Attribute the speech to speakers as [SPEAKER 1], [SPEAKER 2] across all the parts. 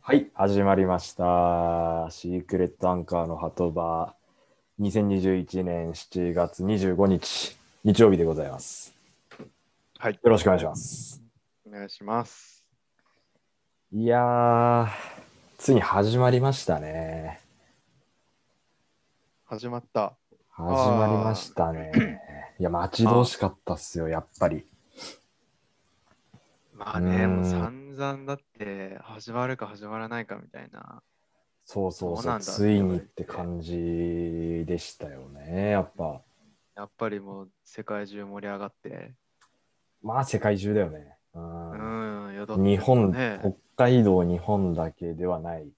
[SPEAKER 1] はい、始まりました。シークレットアンカーの鳩場、2021年7月25日、日曜日でございます。
[SPEAKER 2] はい、
[SPEAKER 1] よろしくお願いします。
[SPEAKER 2] お願いします。
[SPEAKER 1] いやー、ついに始まりましたね。
[SPEAKER 2] 始まった。
[SPEAKER 1] 始まりましたね。いや、待ち遠しかったっすよ、やっぱり。
[SPEAKER 2] まあね、
[SPEAKER 1] うん
[SPEAKER 2] もう散々だって、始まるか始まらないかみたいな。
[SPEAKER 1] そうそう
[SPEAKER 2] そう
[SPEAKER 1] そ
[SPEAKER 2] な
[SPEAKER 1] う、
[SPEAKER 2] んだ
[SPEAKER 1] ついにって感じでしたよね、やっぱ。
[SPEAKER 2] やっぱりもう世界中盛り上がって、
[SPEAKER 1] まあ、世界中だよね。う
[SPEAKER 2] うんん、よどってた
[SPEAKER 1] 日本、
[SPEAKER 2] ね。
[SPEAKER 1] 北海道、日本だけではない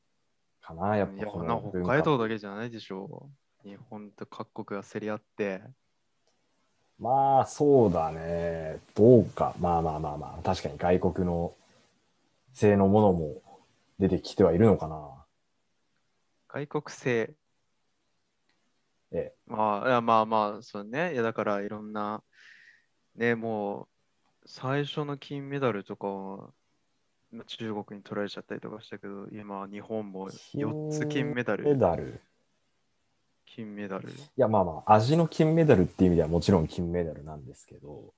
[SPEAKER 1] かな、やっぱ
[SPEAKER 2] いや、
[SPEAKER 1] こ
[SPEAKER 2] こんな
[SPEAKER 1] の文
[SPEAKER 2] 北
[SPEAKER 1] 化
[SPEAKER 2] 海道だけじゃないでしょう。日本と各国が競り合って、
[SPEAKER 1] まあ、そうだね。どうか。まあまあまあまあ、確かに外国の製のものも出てきてはいるのかな。
[SPEAKER 2] 外国製。
[SPEAKER 1] ええ
[SPEAKER 2] まあ、いやまあまあ、そうね。いや、だからいろんな、ね、もう、最初の金メダルとかは、まあ中国に取られちゃったりとかしたけど、今、日本も4つ金メダ
[SPEAKER 1] メ
[SPEAKER 2] ル、
[SPEAKER 1] ダル。
[SPEAKER 2] 金メダル。
[SPEAKER 1] いや、まあまあ、味の金メダルっていう意味ではもちろん金メダルなんですけど、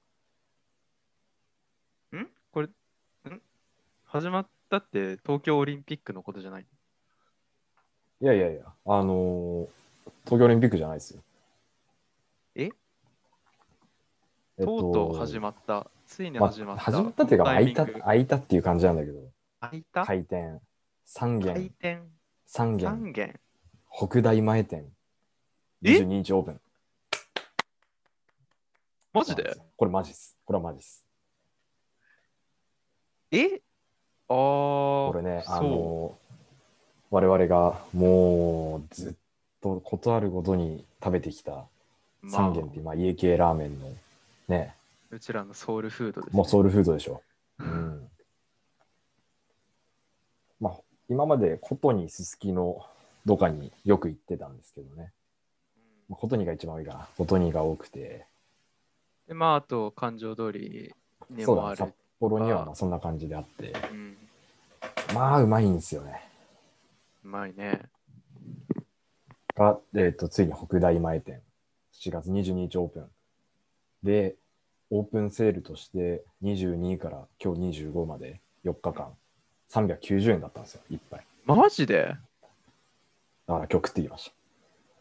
[SPEAKER 2] んこれ、ん始まったって東京オリンピックのことじゃない
[SPEAKER 1] いやいやいや、あのー東京オリンピックじゃないですよ。
[SPEAKER 2] え
[SPEAKER 1] えっ
[SPEAKER 2] とうとう始まった。ついに始まった。
[SPEAKER 1] 始まったっていうか、
[SPEAKER 2] タ
[SPEAKER 1] 開
[SPEAKER 2] イミ
[SPEAKER 1] い
[SPEAKER 2] ン
[SPEAKER 1] た、
[SPEAKER 2] グ
[SPEAKER 1] 開いたっていう感じなんだけど、
[SPEAKER 2] 開いた
[SPEAKER 1] 回転、三
[SPEAKER 2] 回
[SPEAKER 1] 軒、
[SPEAKER 2] 転
[SPEAKER 1] 三軒、
[SPEAKER 2] 3元。
[SPEAKER 1] 北大前店、
[SPEAKER 2] え
[SPEAKER 1] 22日オープン。
[SPEAKER 2] マ
[SPEAKER 1] マ
[SPEAKER 2] ジで
[SPEAKER 1] これマジです。これはマジです。
[SPEAKER 2] えああ。
[SPEAKER 1] こ
[SPEAKER 2] こ
[SPEAKER 1] れね、あ
[SPEAKER 2] そう。
[SPEAKER 1] の、我々がもうずっとことあるごとに食べてきた
[SPEAKER 2] ま
[SPEAKER 1] 三
[SPEAKER 2] あ
[SPEAKER 1] 軒って、まあ、家系ラーメンのね、
[SPEAKER 2] うちらのソウルフードです、ね。
[SPEAKER 1] もうソウルフードでしょ。うん。まあ、今までことにすすきのどかによく行ってたんですけどね。まあ、ことにが一番多いかな。ことにが多くて、
[SPEAKER 2] で、まあ、あと、環状通りに
[SPEAKER 1] そう
[SPEAKER 2] も
[SPEAKER 1] だ
[SPEAKER 2] あ
[SPEAKER 1] ね
[SPEAKER 2] る。う
[SPEAKER 1] 札幌にはまあそんな感じであって、
[SPEAKER 2] ん。
[SPEAKER 1] まあ、うまいんですよね。
[SPEAKER 2] うまいね。
[SPEAKER 1] が、えっとついに北大前店7月22日オープンでオープンセールとして22から今日25まで4日間390円だったんですよいっぱい
[SPEAKER 2] マジで
[SPEAKER 1] だから今日食ってきまし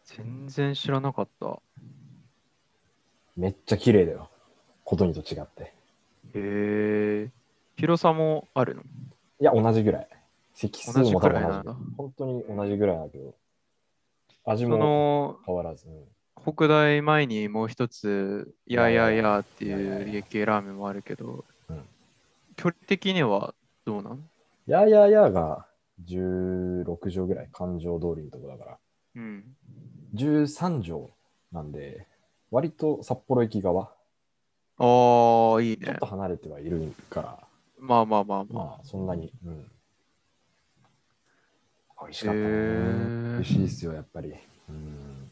[SPEAKER 1] た
[SPEAKER 2] 全然知らなかった。
[SPEAKER 1] めっちゃ綺麗だよことにと違って
[SPEAKER 2] へえ。広さもあるの
[SPEAKER 1] いや同じぐらい席数
[SPEAKER 2] 同じ
[SPEAKER 1] も多
[SPEAKER 2] く
[SPEAKER 1] 分
[SPEAKER 2] らい
[SPEAKER 1] 同
[SPEAKER 2] な
[SPEAKER 1] じ
[SPEAKER 2] んだ。
[SPEAKER 1] 本当に同じぐらいだけど味
[SPEAKER 2] そ
[SPEAKER 1] も
[SPEAKER 2] の、
[SPEAKER 1] 変わらず、うん
[SPEAKER 2] 北大前にもう一つ、いやいやいやって
[SPEAKER 1] いやい
[SPEAKER 2] い
[SPEAKER 1] や
[SPEAKER 2] う
[SPEAKER 1] いや
[SPEAKER 2] 家系ラーメンもあるけど、
[SPEAKER 1] うん
[SPEAKER 2] 距離的にはどうなん
[SPEAKER 1] やーやーやーが16畳ぐらい環状通りのとこだから
[SPEAKER 2] うん。
[SPEAKER 1] 13畳なんで、割と札幌駅側、
[SPEAKER 2] ああ、いい
[SPEAKER 1] ちょっ
[SPEAKER 2] ね
[SPEAKER 1] と。離れてはいるから、
[SPEAKER 2] まあまあまあまあ。
[SPEAKER 1] まあそんなに、うん。美味し
[SPEAKER 2] へ
[SPEAKER 1] かったね。
[SPEAKER 2] え
[SPEAKER 1] 美味しいですよ、やっぱり。うん。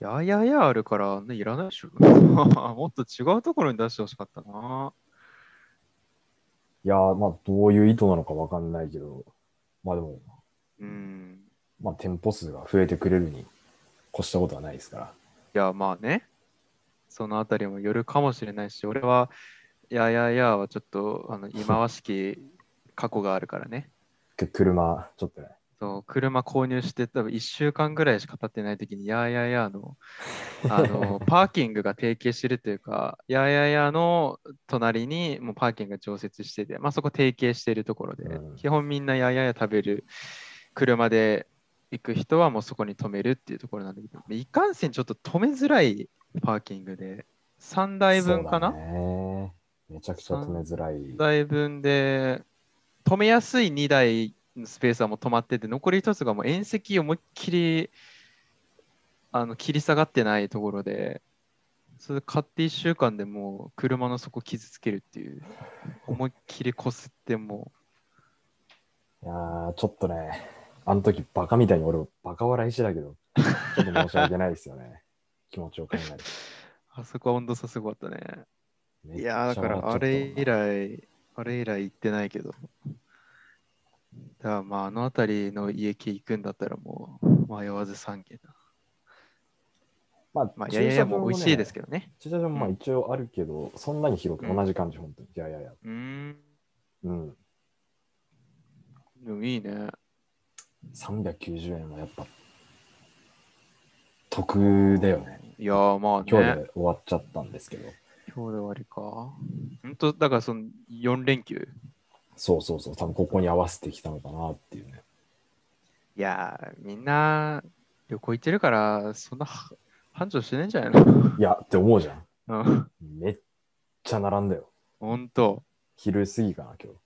[SPEAKER 2] いやいやいやあるから、ね、いらないでしょ。 もっと違うところに出してほしかったな。
[SPEAKER 1] いやー、まあどういう意図なのかわかんないけど、まあでも、
[SPEAKER 2] うん。
[SPEAKER 1] まあ店舗数が増えてくれるに越したことはないですから。
[SPEAKER 2] いや、まあね。そのあたりもよるかもしれないし、俺は、いやいやいやはちょっと、あの、忌まわしき過去があるからね。
[SPEAKER 1] く車、ちょっとね、
[SPEAKER 2] そう、車購入して、多分1週間ぐらいしか経ってない時に、いやいやいやの、あ の、パーキングが提携してるというか、いやいやいやの隣にもうパーキングが常設してて、まあそこ提携してるところで、
[SPEAKER 1] うん
[SPEAKER 2] 基本みんないやいやいや食べる、車で行く人はもうそこに止めるっていうところなんだけど、いかんせんちょっと止めづらいパーキングで、3台分かな、
[SPEAKER 1] そうだねめちゃくちゃ止めづらい。
[SPEAKER 2] 1台分で、止めやすい2台のスペースはもう止まってて、残り1つがもう縁石思いっきりあの切り下がってないところで、それ買って1週間でもう車の底傷つけるっていう、思いっきりこすっても
[SPEAKER 1] いやー、ちょっとね、あの時バカみたいに俺、バカ笑いしてたけど、ちょっと申し訳ないですよね。 気持ちを考えて。
[SPEAKER 2] う、あそこは温度差すごかったね。
[SPEAKER 1] めっ
[SPEAKER 2] い
[SPEAKER 1] ちゃ
[SPEAKER 2] やーだからあれ
[SPEAKER 1] 笑っちゃったな
[SPEAKER 2] 以来、あれ以来行ってないけど、だからまあ、あの辺りの家系行くんだったらもう迷わず3軒だ。
[SPEAKER 1] まあ、
[SPEAKER 2] まあ、いやいやいやもう美味しいです
[SPEAKER 1] け
[SPEAKER 2] けどね。
[SPEAKER 1] ど。駐車場もまあ一応あるけど、そんなに広く、
[SPEAKER 2] うん
[SPEAKER 1] 同じ感じ、本当に。いやいやいや。
[SPEAKER 2] うーん。
[SPEAKER 1] うん。
[SPEAKER 2] でもいいね。
[SPEAKER 1] 390円はやっぱ、得だよね。
[SPEAKER 2] いやーまあね。
[SPEAKER 1] 今日で終わっちゃったんですけど。
[SPEAKER 2] 今日で終わりか。本当だからその4連休。
[SPEAKER 1] そうそうそう。多分ここに合わせてきたのかなっていうね。
[SPEAKER 2] いやー、みんな旅行行ってるから、そんなは繁盛してないんじゃないの
[SPEAKER 1] いや、って思うじゃん。
[SPEAKER 2] うん。
[SPEAKER 1] めっちゃ並んだよ。
[SPEAKER 2] 本当。
[SPEAKER 1] 昼過ぎかな、今日。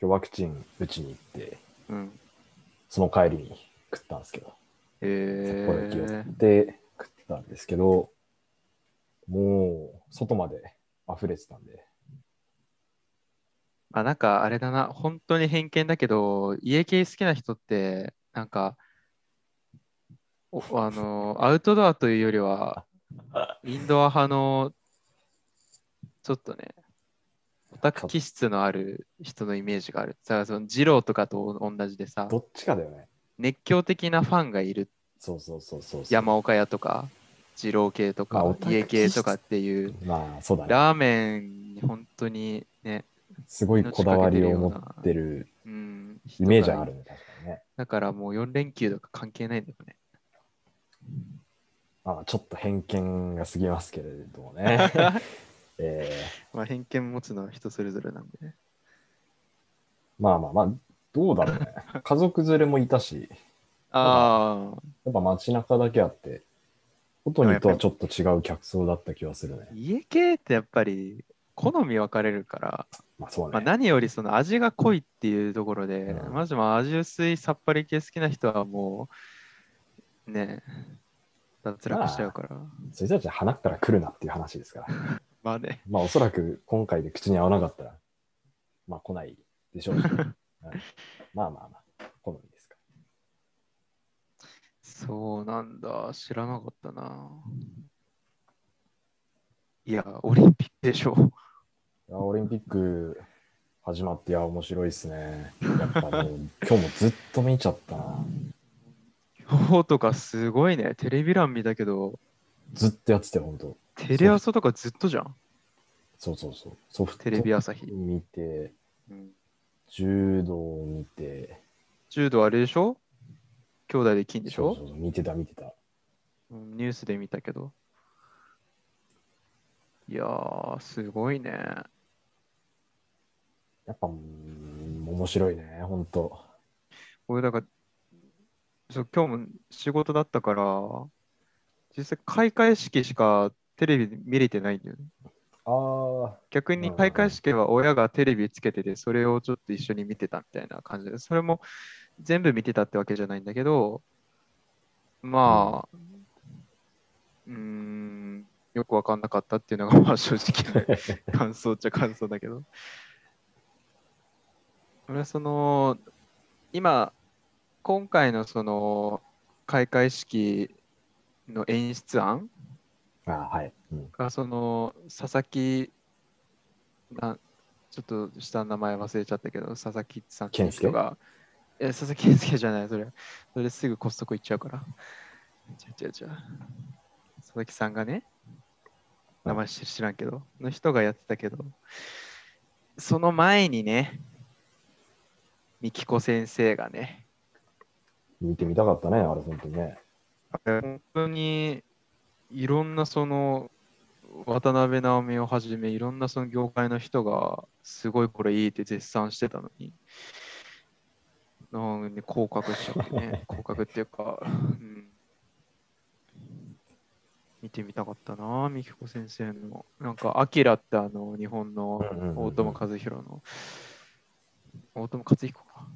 [SPEAKER 1] 今日ワクチン打ちに行って、
[SPEAKER 2] うん。
[SPEAKER 1] その帰りに食ったんですけど、
[SPEAKER 2] え
[SPEAKER 1] これ気を取って食ってたんですけど、もう外まで溢れてたんで、
[SPEAKER 2] あ、なんかあれだな、本当に偏見だけど、家系好きな人って、なんか、おあの、アウトドアというよりは、インドア派の、ちょっとね、オタク気質のある人のイメージがある。だからその、二郎とかと同じでさ、
[SPEAKER 1] どっちかだよね。
[SPEAKER 2] 熱狂的なファンがいる
[SPEAKER 1] そうそうそうそうそう。
[SPEAKER 2] 山岡屋とか、二郎系と
[SPEAKER 1] まあオ
[SPEAKER 2] か、
[SPEAKER 1] タク
[SPEAKER 2] 家系
[SPEAKER 1] 気質
[SPEAKER 2] とかっていう、
[SPEAKER 1] まあそうだね。
[SPEAKER 2] ラーメンに本当にね、
[SPEAKER 1] すごいこだわりを持ってる
[SPEAKER 2] うん、
[SPEAKER 1] イメージはあるね、確かにね。
[SPEAKER 2] だからもう4連休とか関係ないんだよね。
[SPEAKER 1] まあちょっと偏見が過ぎますけれども ね。えー
[SPEAKER 2] まあ偏見持つのは人それぞれなんでね。
[SPEAKER 1] まあまあまあ、どうだろうね。家族連れもいたし、
[SPEAKER 2] ああ、
[SPEAKER 1] やっぱ街中だけあって、外にとはちょっと違う客層だった気がするね。
[SPEAKER 2] 家系ってやっぱり好み分かれるから、
[SPEAKER 1] まあそう
[SPEAKER 2] まあ、
[SPEAKER 1] ね。
[SPEAKER 2] 何よりその味が濃いっていうところで、
[SPEAKER 1] うん
[SPEAKER 2] マジまあ味薄いさっぱり系好きな人はもう、ねえ、脱落しちゃうから。
[SPEAKER 1] それじゃじゃ鼻から来るなっていう話です から。
[SPEAKER 2] まあね、
[SPEAKER 1] まあおそらく今回で口に合わなかったら、まあ来ないでしょう し、うんまあまあまあ、好みですか。
[SPEAKER 2] そうなんだ、知らなかったな。いや、オリンピックでしょ。
[SPEAKER 1] いやオリンピック始まって、いや、面白いですね。やっぱもう、 今日もずっと見ちゃったな。
[SPEAKER 2] 今日とかすごいね、テレビ欄見たけど、
[SPEAKER 1] ずっとやってて、本当
[SPEAKER 2] テレ朝とかずっとじゃん、
[SPEAKER 1] そうそうそう。ソフト
[SPEAKER 2] テレビ朝日。
[SPEAKER 1] 見て、
[SPEAKER 2] うん
[SPEAKER 1] 柔道を見て、
[SPEAKER 2] 柔道あれでしょ兄弟で金でし
[SPEAKER 1] そう
[SPEAKER 2] ょ
[SPEAKER 1] そうそう見てた見てた。
[SPEAKER 2] うんニュースで見たけど。いやー、すごいね。
[SPEAKER 1] やっぱ、うん面白いね、本当
[SPEAKER 2] 俺、だから、そう今日も仕事だったから、実際開会式しかテレビで見れてないんだよね。
[SPEAKER 1] ああ、
[SPEAKER 2] 逆
[SPEAKER 1] う
[SPEAKER 2] に
[SPEAKER 1] ん
[SPEAKER 2] 開会式は親がテレビつけてて、それをちょっと一緒に見てたみたいな感じで、それも全部見てたってわけじゃないんだけど、まあ、うーん、よくわかんなかったっていうのが、まあ正直な感想っちゃ感想だけど。俺はその、今、今回のその開会式の演出案
[SPEAKER 1] あーはい。うん
[SPEAKER 2] がその佐々木なちょっと下の名前忘れちゃったけど佐々木さんっていう人がえ佐々木健介じゃないそれそれすぐコストコ行っちゃうから違う違う違う佐々木さんがね名前知知らんけどの人がやってたけどその前にねみきこ先生がね
[SPEAKER 1] 見てみたかったね、あれ、本当にね。
[SPEAKER 2] 本当にいろんなその渡辺直美をはじめいろんなその業界の人がすごいこれいいって絶賛してたのになんで降格しちゃって ね降格っていうか、うん、見てみたかったなみきこ先生のなんか「アキラってあの日本の
[SPEAKER 1] うんうんうんうん
[SPEAKER 2] 大友和弘の大友克彦か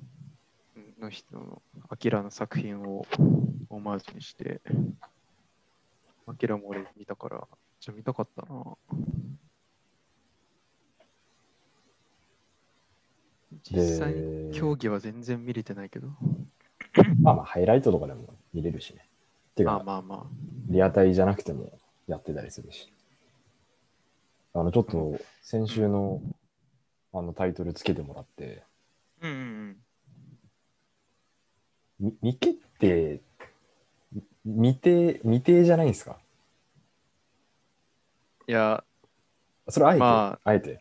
[SPEAKER 2] うんの人のアキラの作品をオマージュにして、アキラも俺見たから、じゃ見たかったな。
[SPEAKER 1] で
[SPEAKER 2] 実際に競技は全然見れてないけど、
[SPEAKER 1] まあまあ、ハイライトとかでも見れるしね。ていう
[SPEAKER 2] まあ
[SPEAKER 1] か、
[SPEAKER 2] まあま
[SPEAKER 1] リアタイじゃなくてもやってたりするし。あの、ちょっと、先週の、あの、タイトルつけてもらって、
[SPEAKER 2] あ。うんうんうん。
[SPEAKER 1] み未決定、み未定、未定じゃないんですか
[SPEAKER 2] いや、
[SPEAKER 1] それあえて、
[SPEAKER 2] ま
[SPEAKER 1] あえて。
[SPEAKER 2] い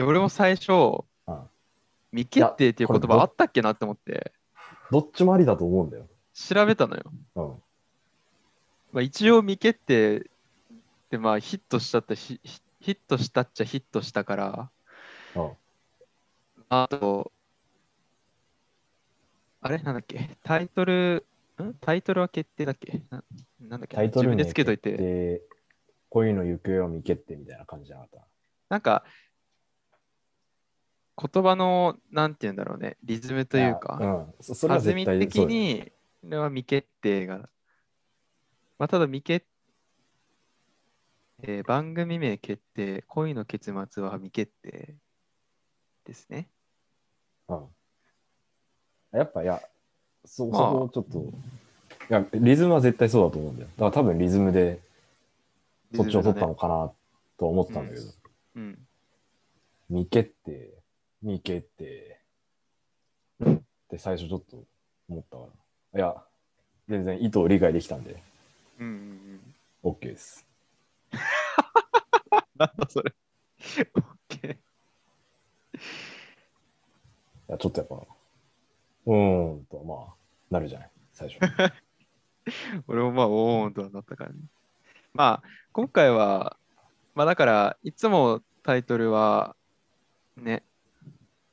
[SPEAKER 2] や俺も最初、
[SPEAKER 1] うん
[SPEAKER 2] 未決定って
[SPEAKER 1] いや
[SPEAKER 2] いう言
[SPEAKER 1] これ
[SPEAKER 2] 葉
[SPEAKER 1] ど
[SPEAKER 2] あったっけなって思って
[SPEAKER 1] どっちもありだと思うんだよ。
[SPEAKER 2] 調べたのよ。
[SPEAKER 1] うん。
[SPEAKER 2] まあ、一応未決定ってまあヒットしたってヒヒヒットしたっちゃヒットしたから、
[SPEAKER 1] うん、
[SPEAKER 2] あと、あれなんだっけタイトル、んタイトルは決定だっけななんだっけ
[SPEAKER 1] タイトル
[SPEAKER 2] 自分で
[SPEAKER 1] 名
[SPEAKER 2] つけといて。
[SPEAKER 1] 決定こういうの行方を未決定みたいな感じじゃなかっ
[SPEAKER 2] なんか、言葉の、なんて言うんだろうね、リズムと
[SPEAKER 1] た。
[SPEAKER 2] いう
[SPEAKER 1] あ
[SPEAKER 2] か、
[SPEAKER 1] うん。そそれは
[SPEAKER 2] 弾み
[SPEAKER 1] 絶対
[SPEAKER 2] 的
[SPEAKER 1] そうだよ
[SPEAKER 2] に、これは未決定が。まあ、ただ未決、えー番組名決定、恋の結末は未決定ですね。
[SPEAKER 1] うん。やっぱ、いや、そそ
[SPEAKER 2] まあ
[SPEAKER 1] こをちょっと、いや、リズムは絶対そうだと思うんだよ。だから多分リズムでそっちを取ったのかなとは思ってたんだけど、
[SPEAKER 2] うん。
[SPEAKER 1] 未決定、未決定って最初ちょっと思ったから。いや、全然意図を理解できたんで、
[SPEAKER 2] うんうんうん。
[SPEAKER 1] OK です。
[SPEAKER 2] なんだそれ。オッケー。
[SPEAKER 1] いや、ちょっとやっぱ、うーんと、まあ、なるじゃない、最初。
[SPEAKER 2] 俺もまあ、おーんとはなったからね。まあ、今回は、まあだから、いつもタイトルは、ね、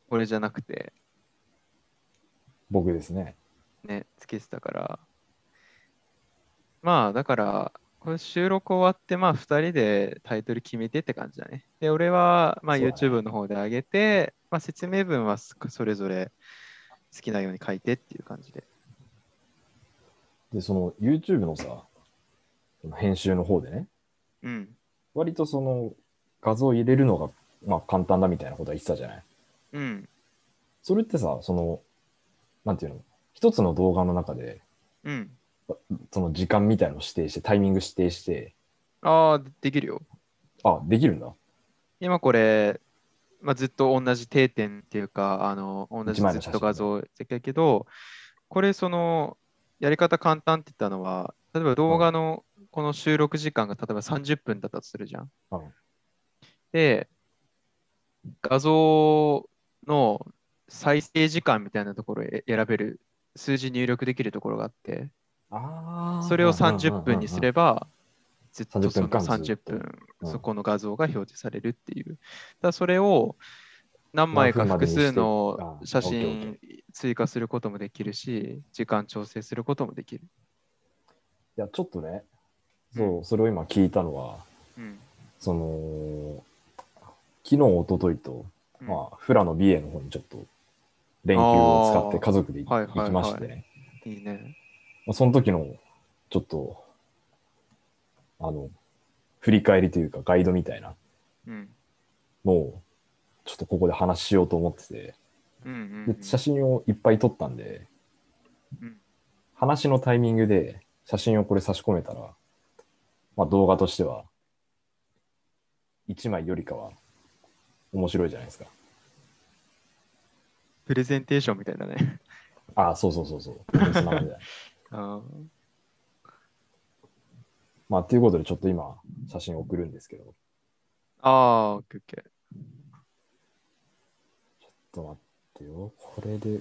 [SPEAKER 2] 俺じゃなくて、
[SPEAKER 1] 僕ですね。
[SPEAKER 2] ね、つけてたから。まあ、だから、これ収録終わって、まあ、2人でタイトル決めてって感じだね。で、俺は、まあ、
[SPEAKER 1] そうだね
[SPEAKER 2] YouTube の方で上げて、まあ、説明文はそそれぞれ好きなように書いてっていう感じで。
[SPEAKER 1] で、その YouTube のさ、その編集の方でね、
[SPEAKER 2] うん。
[SPEAKER 1] 割とその画像を入れるのが、まあ、簡単だみたいなことは言ってたじゃない。
[SPEAKER 2] うん。
[SPEAKER 1] それってさ、その、なんていうの、一つの動画の中で、
[SPEAKER 2] うん。
[SPEAKER 1] その時間みたいのを指定して、タイミング指定して、
[SPEAKER 2] ああ、でできるよ。
[SPEAKER 1] あ、できるんだ。
[SPEAKER 2] 今これ、まあ、ずっと同じ定点っていうか、あの同じ
[SPEAKER 1] 一枚の
[SPEAKER 2] ず
[SPEAKER 1] 写
[SPEAKER 2] っ
[SPEAKER 1] 真
[SPEAKER 2] と画像だけど、これそのやり方簡単って言ったのは、例えば動画のこの収録時間が例えば30分だったとするじゃん。
[SPEAKER 1] うん
[SPEAKER 2] で、画像の再生時間みたいなところをえ選べる、数字入力できるところがあって、
[SPEAKER 1] あ
[SPEAKER 2] それを30分にすれ
[SPEAKER 1] ば。
[SPEAKER 2] ば、ずっとそ
[SPEAKER 1] 30分
[SPEAKER 2] の
[SPEAKER 1] 間ずっ
[SPEAKER 2] 30
[SPEAKER 1] と
[SPEAKER 2] 分、
[SPEAKER 1] うん
[SPEAKER 2] そこの画像が表示されるっていう。だからそれを何枚か
[SPEAKER 1] 何分までに
[SPEAKER 2] 複
[SPEAKER 1] して
[SPEAKER 2] 数の
[SPEAKER 1] あ
[SPEAKER 2] 写
[SPEAKER 1] オッケーオ
[SPEAKER 2] 真追加することもできるし、時間調整することもできる。
[SPEAKER 1] いや、ちょっとね、そう、それを今聞いたのは、
[SPEAKER 2] うん。
[SPEAKER 1] その、昨日、一昨日と、
[SPEAKER 2] うん
[SPEAKER 1] まあ、富良野美瑛の方にちょっと、連休を使って家族で
[SPEAKER 2] あーはい
[SPEAKER 1] 行
[SPEAKER 2] はいは
[SPEAKER 1] 行き
[SPEAKER 2] い
[SPEAKER 1] ましてね。
[SPEAKER 2] いいね。
[SPEAKER 1] まあ、その時の、ちょっと、あの、振り返りというかガイドみたいな
[SPEAKER 2] うん。
[SPEAKER 1] のを、ちょっとここで話しようと思ってて、
[SPEAKER 2] うんうんう
[SPEAKER 1] で
[SPEAKER 2] ん、
[SPEAKER 1] 写真をいっぱい撮ったんで、
[SPEAKER 2] うん
[SPEAKER 1] 話のタイミングで写真をこれ差し込めたら、まあ動画としては、1枚よりかは面白いじゃないですか。
[SPEAKER 2] プレゼンテーションみたいだね。
[SPEAKER 1] ああ、そうそうそうそう。そんな感じだ
[SPEAKER 2] あー
[SPEAKER 1] まあ、ということで、ちょっと今、写真送るんですけど、ちょ
[SPEAKER 2] あー、オッケーオッケー。
[SPEAKER 1] っと待ってよ。これで、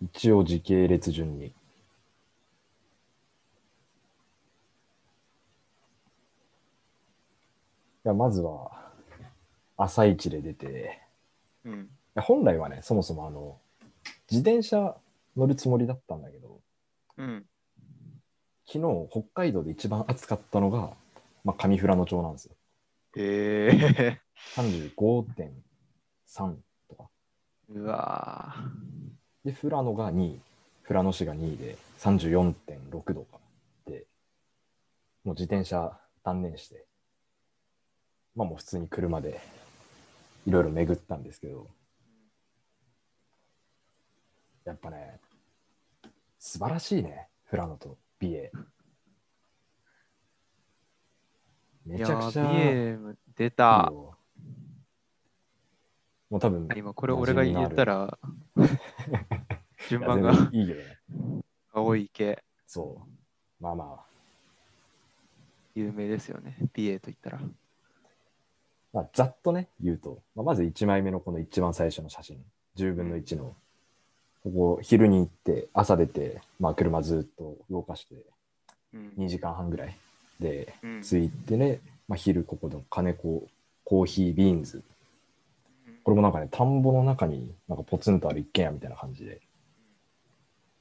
[SPEAKER 1] 一応時系列順に。いやまずは、朝一で出て、
[SPEAKER 2] うん。
[SPEAKER 1] いや本来はね、そもそもあの、自転車乗るつもりだったんだけど、
[SPEAKER 2] うん。
[SPEAKER 1] 昨日北海道で一番暑かったのが、まあ、上富良野町なんですよ。
[SPEAKER 2] ええ
[SPEAKER 1] 35.3とか。
[SPEAKER 2] ー。うわ
[SPEAKER 1] で、富良野が2位、富良野市が2位で34.6度か。で、もう自転車断念して、まあもう普通に車でいろいろ巡ったんですけど、やっぱね、素晴らしいね、富良野と美瑛。
[SPEAKER 2] ー。
[SPEAKER 1] め
[SPEAKER 2] い
[SPEAKER 1] ち
[SPEAKER 2] や
[SPEAKER 1] ゃくちゃ
[SPEAKER 2] ー、
[SPEAKER 1] いいよ
[SPEAKER 2] BM 出た。
[SPEAKER 1] もう多分、
[SPEAKER 2] 今これ俺が言ったら、 順番
[SPEAKER 1] いや
[SPEAKER 2] が
[SPEAKER 1] 全然いいけどね。
[SPEAKER 2] 青い池、
[SPEAKER 1] そう。まあまあ、
[SPEAKER 2] 有名ですよね。BA と言ったら。
[SPEAKER 1] まあ、ざっとね、言うと、まあ、まず1枚目のこの一番最初の写真、10分の1の、ここ昼に行って、朝出て、まあ車ずっと動かして、
[SPEAKER 2] うん。
[SPEAKER 1] 2時間半ぐらいで、
[SPEAKER 2] うん
[SPEAKER 1] ついてね、まあ、昼ここの金子、コーヒー、ビーンズ。これもなんかね、田んぼの中になんかポツンとある一軒家みたいな感じで、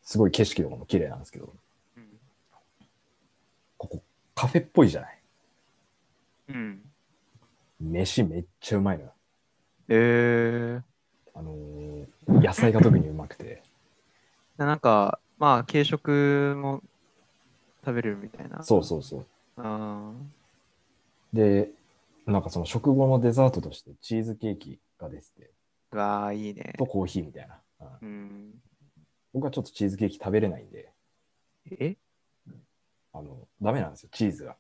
[SPEAKER 1] すごい景色とかも綺麗なんですけど、
[SPEAKER 2] うん
[SPEAKER 1] ここカフェっぽいじゃない
[SPEAKER 2] うん。
[SPEAKER 1] 飯めっちゃうまいのよ。
[SPEAKER 2] えー、
[SPEAKER 1] あのー野菜が特にうまくて、
[SPEAKER 2] なんか、まあ、軽食も食べれるみたいな。
[SPEAKER 1] そうそうそう。
[SPEAKER 2] う。あー
[SPEAKER 1] で、なんかその食後のデザートとしてチーズケーキが出てて、
[SPEAKER 2] うわあ、いいね。
[SPEAKER 1] とコーヒーみたいな。うん
[SPEAKER 2] うん、
[SPEAKER 1] 僕はちょっとチーズケーキ食べれないんで、
[SPEAKER 2] え
[SPEAKER 1] あの、ダメなんですよ、チーズが。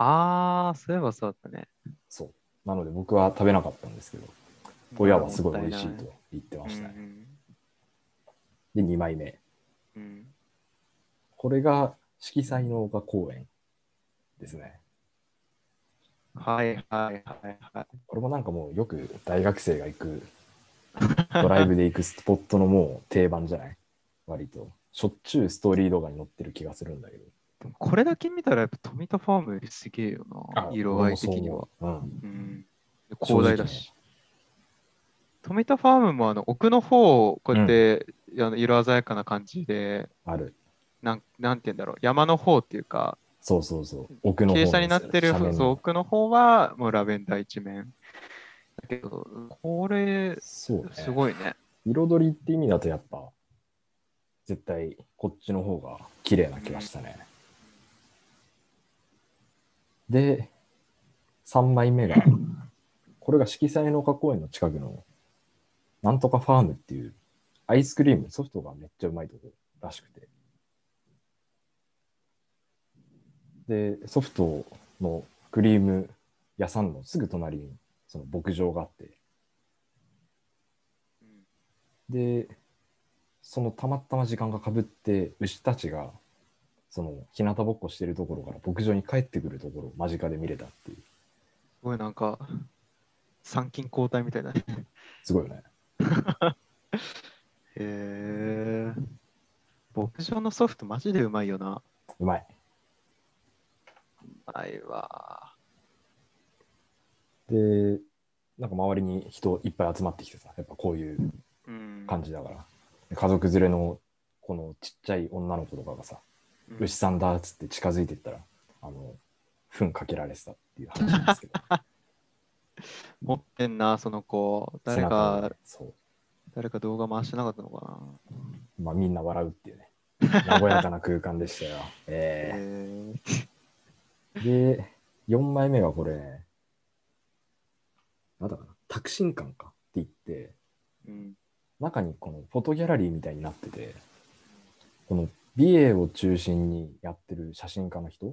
[SPEAKER 2] ああ、そういえばそうだったね。
[SPEAKER 1] そう。なので僕は食べなかったんですけど、親はすごい美味しいと言ってましたね。で、2枚目。
[SPEAKER 2] うんうん
[SPEAKER 1] これが色彩の丘公園ですね。
[SPEAKER 2] うんはいはいはいはい。
[SPEAKER 1] これもなんかもうよく大学生が行く、ドライブで行くスポットのもう定番じゃない割と。しょっちゅうストーリー動画に載ってる気がするんだけど。
[SPEAKER 2] でもこれだけ見たらやっぱ富田ファームよりすげえよな、色合い的には。
[SPEAKER 1] 俺もそう思う。うん。
[SPEAKER 2] うん、広大だし。富田ファームもあの奥の方、こうやって、あの色鮮やかな感じで、
[SPEAKER 1] ある。
[SPEAKER 2] なんなんて言うんだろう、山の方っていうか、
[SPEAKER 1] そうそうそう。奥の方
[SPEAKER 2] 傾斜になってる
[SPEAKER 1] 斜面の
[SPEAKER 2] そう奥の方はもうラベンダー一面。だけど、これ、
[SPEAKER 1] そうね。
[SPEAKER 2] すごいね。
[SPEAKER 1] 彩りって意味だとやっぱ、絶対こっちの方が綺麗な気がしたね。で、3枚目が、これが色彩の丘公園の近くの、なんとかファームっていう、アイスクリーム、ソフトがめっちゃうまいとこらしくて。で、ソフトのクリーム屋さんのすぐ隣に、その牧場があって、で、そのたまたま時間がかぶって、牛たちが、その、日向ぼっこしてるところから牧場に帰ってくるところを間近で見れたっていう、
[SPEAKER 2] すごいなんか、参勤交代みたいだね。
[SPEAKER 1] すごいよね。
[SPEAKER 2] へえ。牧場のソフトマジでうまいよな。
[SPEAKER 1] うまい。
[SPEAKER 2] うまいわ。
[SPEAKER 1] で、なんか周りに人いっぱい集まってきてさ、やっぱこういう
[SPEAKER 2] うん。
[SPEAKER 1] 感じだから。で家族連れの、このちっちゃい女の子とかがさ、
[SPEAKER 2] うん
[SPEAKER 1] 牛さんだっつって近づいてったら、あの、糞かけられてたっていう話なんですけど。
[SPEAKER 2] 持ってんな、その子。 誰
[SPEAKER 1] 背中を
[SPEAKER 2] か
[SPEAKER 1] ね、そう。
[SPEAKER 2] 誰か動画回してなかったのかな。
[SPEAKER 1] まあみんな笑うっていうね。和やかな空間でしたよ。ええ
[SPEAKER 2] へ
[SPEAKER 1] で、4枚目がこれ、なんだかな、タクシン館かって言って、
[SPEAKER 2] え。うん。
[SPEAKER 1] 中にこのフォトギャラリーみたいになってて、この美瑛を中心にやってる写真家の人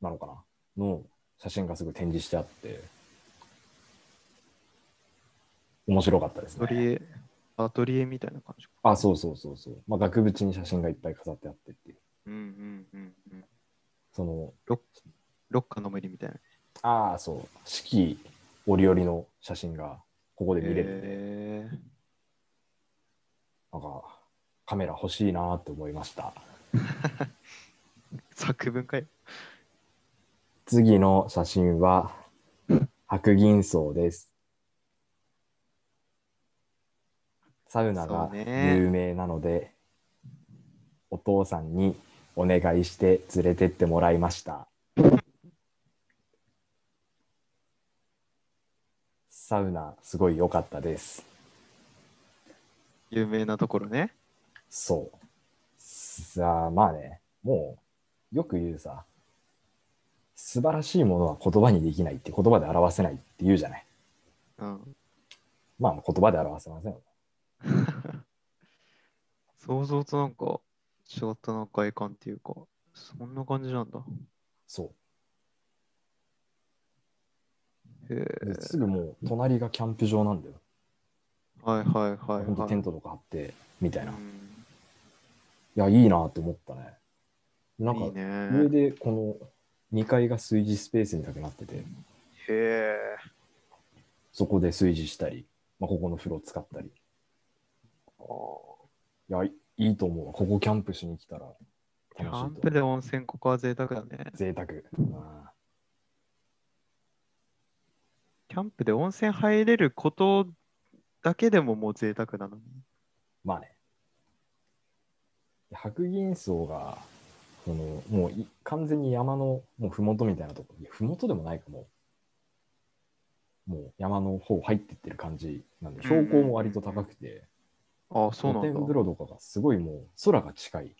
[SPEAKER 1] なのかなの写真がすごい展示してあって、面白かったです
[SPEAKER 2] アトリ
[SPEAKER 1] ね。
[SPEAKER 2] エ、アトリエみたいな感じか。
[SPEAKER 1] あ、そうそうそうそう。まあ、額縁に写真がいっぱい飾ってあってっていう。
[SPEAKER 2] うんうんうんうん。
[SPEAKER 1] その、
[SPEAKER 2] ロッカーの森みたいな。
[SPEAKER 1] ああ、そう、四季折々の写真がここで見れるんで、
[SPEAKER 2] へえ
[SPEAKER 1] なんかカメラ欲しいなーって思いました。
[SPEAKER 2] 作文かよ。
[SPEAKER 1] 次の写真は白銀荘です。サウナが
[SPEAKER 2] そうね
[SPEAKER 1] 有名なので、お父さんにお願いして連れてってもらいました。サウナすごい良かったです。
[SPEAKER 2] 有名なところね。
[SPEAKER 1] そう。さあ、まあね、もう、よく言うさ、素晴らしいものは言葉にできないって言葉で表せないって言うじゃない。
[SPEAKER 2] うん。
[SPEAKER 1] まあ、言葉で表せませんよ。
[SPEAKER 2] 想像となんか、仕事の外観っていうか、そんな感じなんだ。
[SPEAKER 1] そう。
[SPEAKER 2] へえ
[SPEAKER 1] ですぐもう隣がキャンプ場なんだよ。
[SPEAKER 2] はいはいはい、
[SPEAKER 1] ほんと
[SPEAKER 2] はい。
[SPEAKER 1] テントとか張ってみたいな。い
[SPEAKER 2] うん
[SPEAKER 1] や、いいなって思ったね。なんか
[SPEAKER 2] いいね。
[SPEAKER 1] 上でこの2階が炊事スペースにだけなってて、
[SPEAKER 2] へえ。
[SPEAKER 1] そこで炊事したり、まあ、ここの風呂使ったり。
[SPEAKER 2] あー
[SPEAKER 1] いや、いいいと思うわ。ここキャンプしに来たら
[SPEAKER 2] キ
[SPEAKER 1] 楽しいと
[SPEAKER 2] ャン
[SPEAKER 1] 思う。
[SPEAKER 2] プで温泉ここは贅沢だね。
[SPEAKER 1] 贅沢。うん
[SPEAKER 2] キャンプで温泉入れることだけでももう贅沢なのに。
[SPEAKER 1] まあね。白銀荘が、その、もうい完全に山の、もうふもとみたいなとこ、いや、ふもとでもないかも。もう山の方入ってってる感じなんで、標高も割と高くて、
[SPEAKER 2] ああ、そ
[SPEAKER 1] 露
[SPEAKER 2] うなん
[SPEAKER 1] 天風
[SPEAKER 2] だ。
[SPEAKER 1] 呂とかがすごいもう空が近い。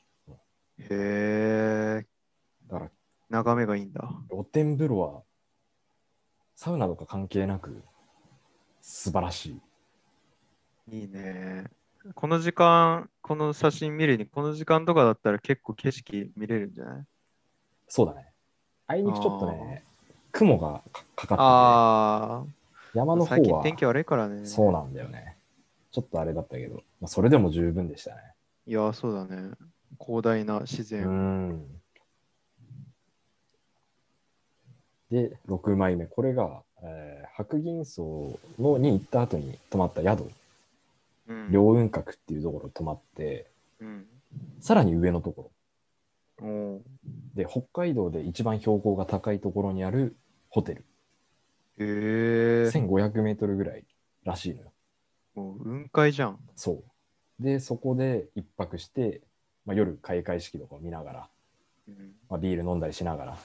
[SPEAKER 2] へえ。
[SPEAKER 1] だから
[SPEAKER 2] 眺めがいいんだ。
[SPEAKER 1] 露天風呂は、サウナとか関係なく、素晴らしい。
[SPEAKER 2] いいね。この時間、この写真見るに、この時間とかだったら結構景色見れるんじゃない
[SPEAKER 1] そうだね。あいにくちょっとね、雲がかかか
[SPEAKER 2] あ
[SPEAKER 1] ってて、山
[SPEAKER 2] あ、
[SPEAKER 1] の方
[SPEAKER 2] 最近
[SPEAKER 1] は
[SPEAKER 2] 天気悪いからね。
[SPEAKER 1] そうなんだよね。ちょっとあれだったけど、まあ、それでも十分でしたね。
[SPEAKER 2] いや、そうだね。広大な自
[SPEAKER 1] う
[SPEAKER 2] 然。
[SPEAKER 1] ん。で、6枚目。これが、えー白銀荘のに行った後に泊まった宿、
[SPEAKER 2] うん
[SPEAKER 1] 凌雲閣っていうところ泊まって、
[SPEAKER 2] うん
[SPEAKER 1] さらに上のとこ
[SPEAKER 2] おう
[SPEAKER 1] ろ。で、北海道で一番標高が高いところにあるホテル。
[SPEAKER 2] へえ
[SPEAKER 1] 1500メートルぐらいらしいのよ。
[SPEAKER 2] もう雲海じゃん。
[SPEAKER 1] そう。で、そこで一泊して、まあ、夜開会式とかを見ながら、
[SPEAKER 2] うん
[SPEAKER 1] まあ、ビール飲んだりしながら。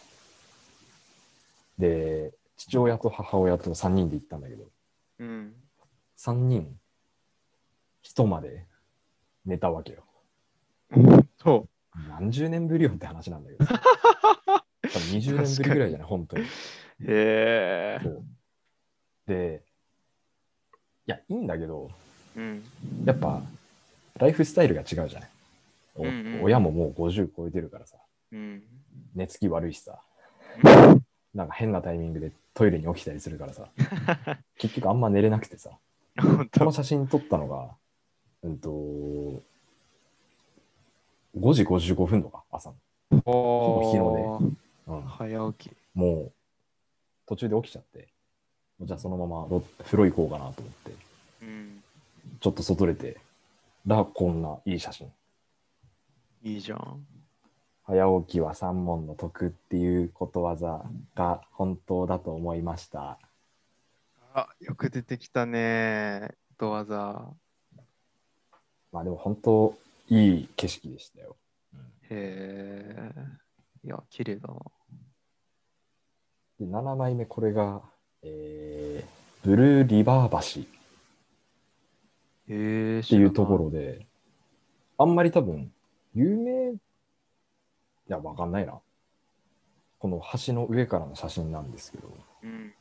[SPEAKER 1] で、父親と母親と3人で行ったんだけど、
[SPEAKER 2] うん。
[SPEAKER 1] 3人、人まで寝たわけよ。
[SPEAKER 2] そ
[SPEAKER 1] 何十年ぶりよって話なんだけど。多分20年ぶりぐらいじゃない、本当に。
[SPEAKER 2] う。へ
[SPEAKER 1] そうで、いや、いいんだけど、
[SPEAKER 2] え。うん。
[SPEAKER 1] やっぱ、ライフスタイルが違うじゃない。お
[SPEAKER 2] うんうん
[SPEAKER 1] 親ももう50超えてるからさ、
[SPEAKER 2] うん。
[SPEAKER 1] 寝つき悪いしさ、なんか変なタイミングでトイレに起きたりするから さ、結局あんま寝れなくてさ、
[SPEAKER 2] 本
[SPEAKER 1] こ
[SPEAKER 2] 当
[SPEAKER 1] の写真撮ったのが、うんと、5時55分とか、朝の。
[SPEAKER 2] ほ
[SPEAKER 1] ほ
[SPEAKER 2] ぼ
[SPEAKER 1] うん、
[SPEAKER 2] 早起き。
[SPEAKER 1] もう、途中で起きちゃって、じゃあそのままロ風呂行こうかなと思って、
[SPEAKER 2] うん。
[SPEAKER 1] ちょっと外出て、ら、こんないい写真。
[SPEAKER 2] いいじゃん。
[SPEAKER 1] 早起きは三問の得っていうことわざが本当だと思いました。
[SPEAKER 2] あ、よく出てきたね。ことわざ。
[SPEAKER 1] まあでも本当、いい景色でしたよ。
[SPEAKER 2] へえ。いや、綺麗だな。
[SPEAKER 1] で7枚目、これが、えー、ブルーリバー橋っ
[SPEAKER 2] へえ。って
[SPEAKER 1] いうとこ。ろで、あんまり多分、有名、いや、わかんないな。この橋の上からの写真なんですけど、
[SPEAKER 2] うん。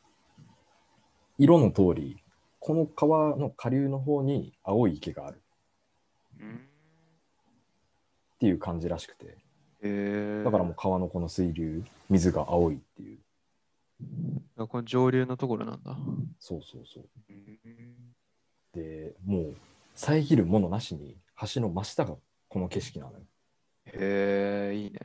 [SPEAKER 1] 色の通り、この川の下流の方に青い池がある
[SPEAKER 2] うん
[SPEAKER 1] っていう感じらしくて、
[SPEAKER 2] へえ。
[SPEAKER 1] だからもう川のこの水流、水が青いっていう。
[SPEAKER 2] あこの上流のところなんだ。
[SPEAKER 1] そうそうそう。
[SPEAKER 2] うん
[SPEAKER 1] で、もう遮るものなしに橋の真下がこの景色なの
[SPEAKER 2] へえ、いいね。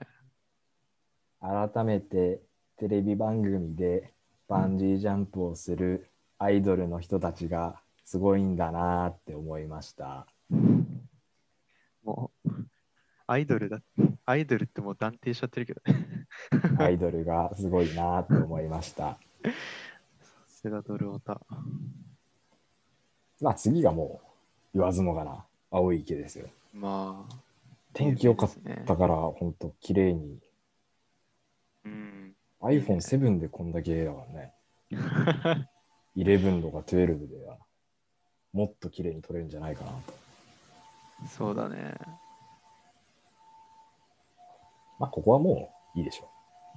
[SPEAKER 1] よ。改めてテレビ番組でバンジージャンプをするアイドルの人たちがすごいんだなーって思いました。
[SPEAKER 2] もう、アイドルだ。アイドルってもう断定しちゃってるけどね。
[SPEAKER 1] アイドルがすごいなーって思いました。
[SPEAKER 2] セダドルオタ。
[SPEAKER 1] まあ次がもう言わずもがな青い池ですよ。
[SPEAKER 2] まあ。
[SPEAKER 1] 天気良かっ
[SPEAKER 2] 有名ですね
[SPEAKER 1] だから本当綺麗に
[SPEAKER 2] うん。
[SPEAKER 1] iPhone7 でこんだけだからね。11とか12ではもっと綺麗に撮れるんじゃないかなと。
[SPEAKER 2] そうだね。
[SPEAKER 1] まあここはもういいでしょ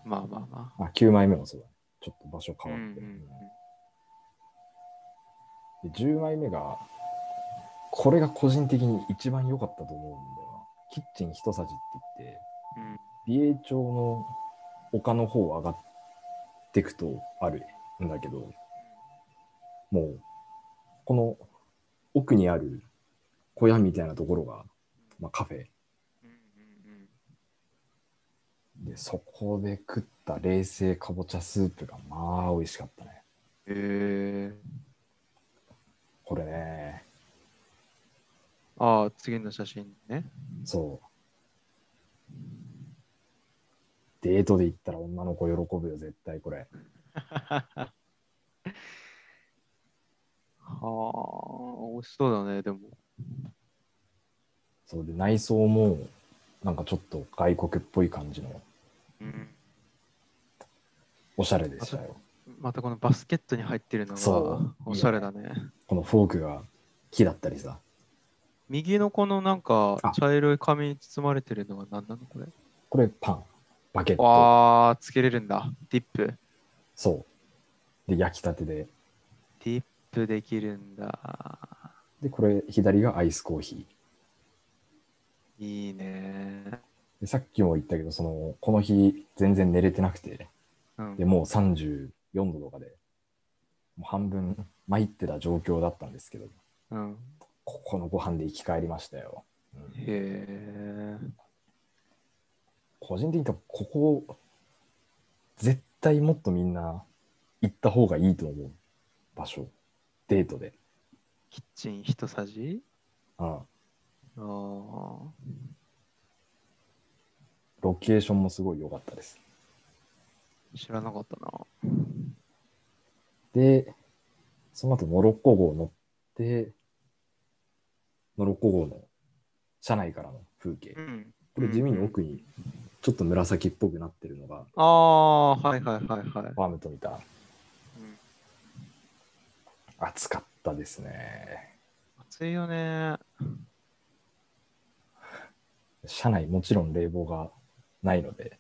[SPEAKER 2] まあまあまあ。
[SPEAKER 1] う。あ9枚目もそうだね。ちょっと場所変わって。
[SPEAKER 2] うんうん
[SPEAKER 1] うんで10枚目が、これが個人的に一番良かったと思うんだよな。キッチン一さじって言って、
[SPEAKER 2] うん
[SPEAKER 1] 美瑛町の丘の方を上がっていくとあるんだけど、もう、この奥にある小屋みたいなところが、まあ、カフェ
[SPEAKER 2] うんうん
[SPEAKER 1] で、そこで食った冷製かぼちゃスープがまあ美味しかったね。
[SPEAKER 2] うんへえ
[SPEAKER 1] これね、
[SPEAKER 2] ああ、次の写真ね。
[SPEAKER 1] そう。デートで行ったら女の子喜ぶよ、絶対これ。
[SPEAKER 2] はあ、美味しそうだね、でも。
[SPEAKER 1] そうで、内装もなんかちょっと外国っぽい感じの
[SPEAKER 2] うん、
[SPEAKER 1] おしゃれでしたよ。
[SPEAKER 2] またこのバスケットに入ってるのが
[SPEAKER 1] そう
[SPEAKER 2] おしゃれだね。
[SPEAKER 1] このフォークが木だったりさ。
[SPEAKER 2] 右のこのなんか
[SPEAKER 1] あ
[SPEAKER 2] 茶色い紙に包まれてるのは何なのこれ
[SPEAKER 1] これパン、バケット、
[SPEAKER 2] ああ、つけれるんだ。ディップ。
[SPEAKER 1] そう。で、焼きたてで。
[SPEAKER 2] ディップできるんだ。
[SPEAKER 1] で、これ左がアイスコーヒ
[SPEAKER 2] いいね。
[SPEAKER 1] ー。でさっきも言ったけど、その、この日全然寝れてなくて、
[SPEAKER 2] うん
[SPEAKER 1] で、もう34度とかで、もう半分参ってた状況だったんですけど、
[SPEAKER 2] うん、
[SPEAKER 1] ここのご飯で生き返りましたよ。うん
[SPEAKER 2] へえ。
[SPEAKER 1] 個人的に多分ここ、絶対もっとみんな行った方がいいと思う場所。デートで。
[SPEAKER 2] キッチン一さじ
[SPEAKER 1] うん。
[SPEAKER 2] ああ。
[SPEAKER 1] ロケーションもすごい良かったです。
[SPEAKER 2] 知らなかったな。
[SPEAKER 1] で、その後モロッコ号乗って、モロッコ号の車内からの風景。
[SPEAKER 2] ん。
[SPEAKER 1] これ地味に奥にちょっと紫っぽくなってるのが
[SPEAKER 2] ああ、はいはいはいはい。
[SPEAKER 1] ファームと見た
[SPEAKER 2] うん
[SPEAKER 1] 暑かったですね。
[SPEAKER 2] 暑いよね。
[SPEAKER 1] 車内もちろん冷房がないので、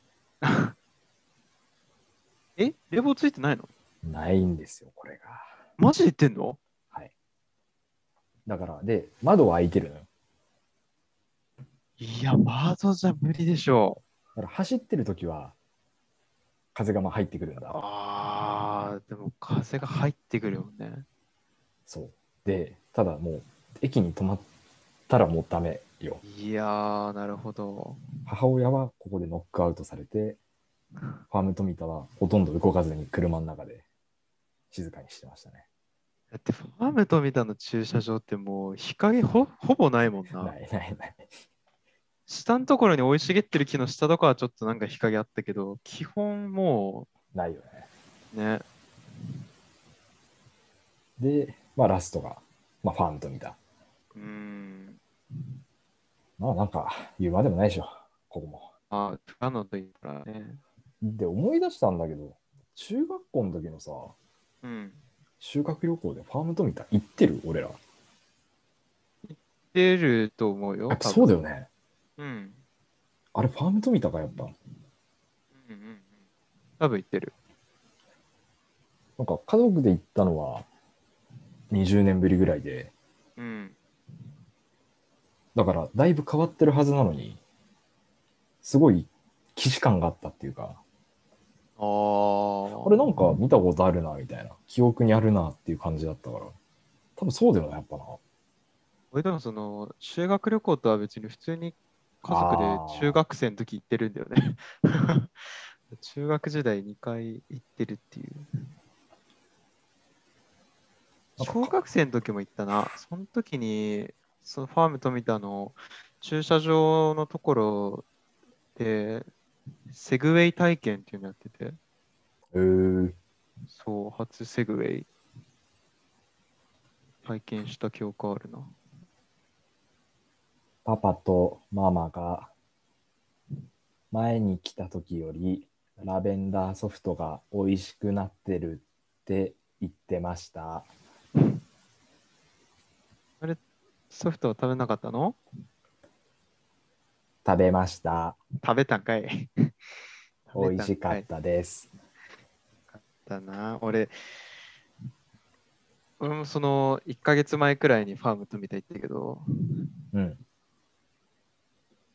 [SPEAKER 2] え冷房ついてないの
[SPEAKER 1] ないんですよ、これが。
[SPEAKER 2] マジで言ってんの
[SPEAKER 1] はい。だから、で、窓は開いてるのよ。
[SPEAKER 2] いや、バードじゃ無理でしょ
[SPEAKER 1] だから走ってる時は風がまあ入ってくるん
[SPEAKER 2] う。
[SPEAKER 1] だ。
[SPEAKER 2] ああ、でも風が入ってくるよね。
[SPEAKER 1] そう。で、ただもう、駅に止まったらもうダメよ。
[SPEAKER 2] いやー、なるほど。
[SPEAKER 1] 母親はここでノックアウトされて、ファーム富田はほとんど動かずに車の中で静かにしてましたね。
[SPEAKER 2] だってファームとみたの駐車場ってもう日陰ほほぼないもんな。
[SPEAKER 1] ないないない。
[SPEAKER 2] 下のところに生い茂ってる木の下とかはちょっとなんか日陰あったけど、基本も
[SPEAKER 1] ないよね。
[SPEAKER 2] うね、
[SPEAKER 1] で、まあラストが、まあファーム富田。
[SPEAKER 2] うーん、
[SPEAKER 1] まあなんか言うまでもないでしょ、ここも。
[SPEAKER 2] まあ、富良野と言ったらね。
[SPEAKER 1] で、思い出したんだけど、中学校の時のさ、
[SPEAKER 2] うん。
[SPEAKER 1] 修学旅行でファーム富田行ってる俺ら。
[SPEAKER 2] 出ると思うよ
[SPEAKER 1] あ。そうだ
[SPEAKER 2] よ。
[SPEAKER 1] よね。
[SPEAKER 2] うん。
[SPEAKER 1] あれファーム富田かやっぱ。
[SPEAKER 2] うんうんうん。多分行ってる。
[SPEAKER 1] なんか家族で行ったのは20年ぶりぐらいで、
[SPEAKER 2] うん。
[SPEAKER 1] だからだいぶ変わってるはずなのに、すごい既視感があったっていうか、
[SPEAKER 2] ああ。
[SPEAKER 1] あれなんか見たことあるなみたいな、記憶にあるなっていう感じだったから、多分そうだよね、やっぱな。
[SPEAKER 2] 俺でもその、修学旅行とは別に普通に家族で中学生の時行ってるんだよね。 中学時代2回行ってるっていう。
[SPEAKER 1] なんか
[SPEAKER 2] 小学生の時も行ったな。その時に、そのファーム富田の駐車場のところで、セグウェイ体験っていうのやってて、
[SPEAKER 1] えー、
[SPEAKER 2] そう、初セグウェイ体験した記憶あるな。
[SPEAKER 1] パパとママが前に来た時よりラベンダーソフトが美味しくなってるって言ってました。
[SPEAKER 2] ソフトは食べなかったの
[SPEAKER 1] 食べました。
[SPEAKER 2] 食べたんかい。
[SPEAKER 1] 美味しかっ
[SPEAKER 2] 食べ
[SPEAKER 1] たです。
[SPEAKER 2] たんかいだな。俺、俺もその1ヶ月前くらいにファームとみたいってけど、
[SPEAKER 1] うん。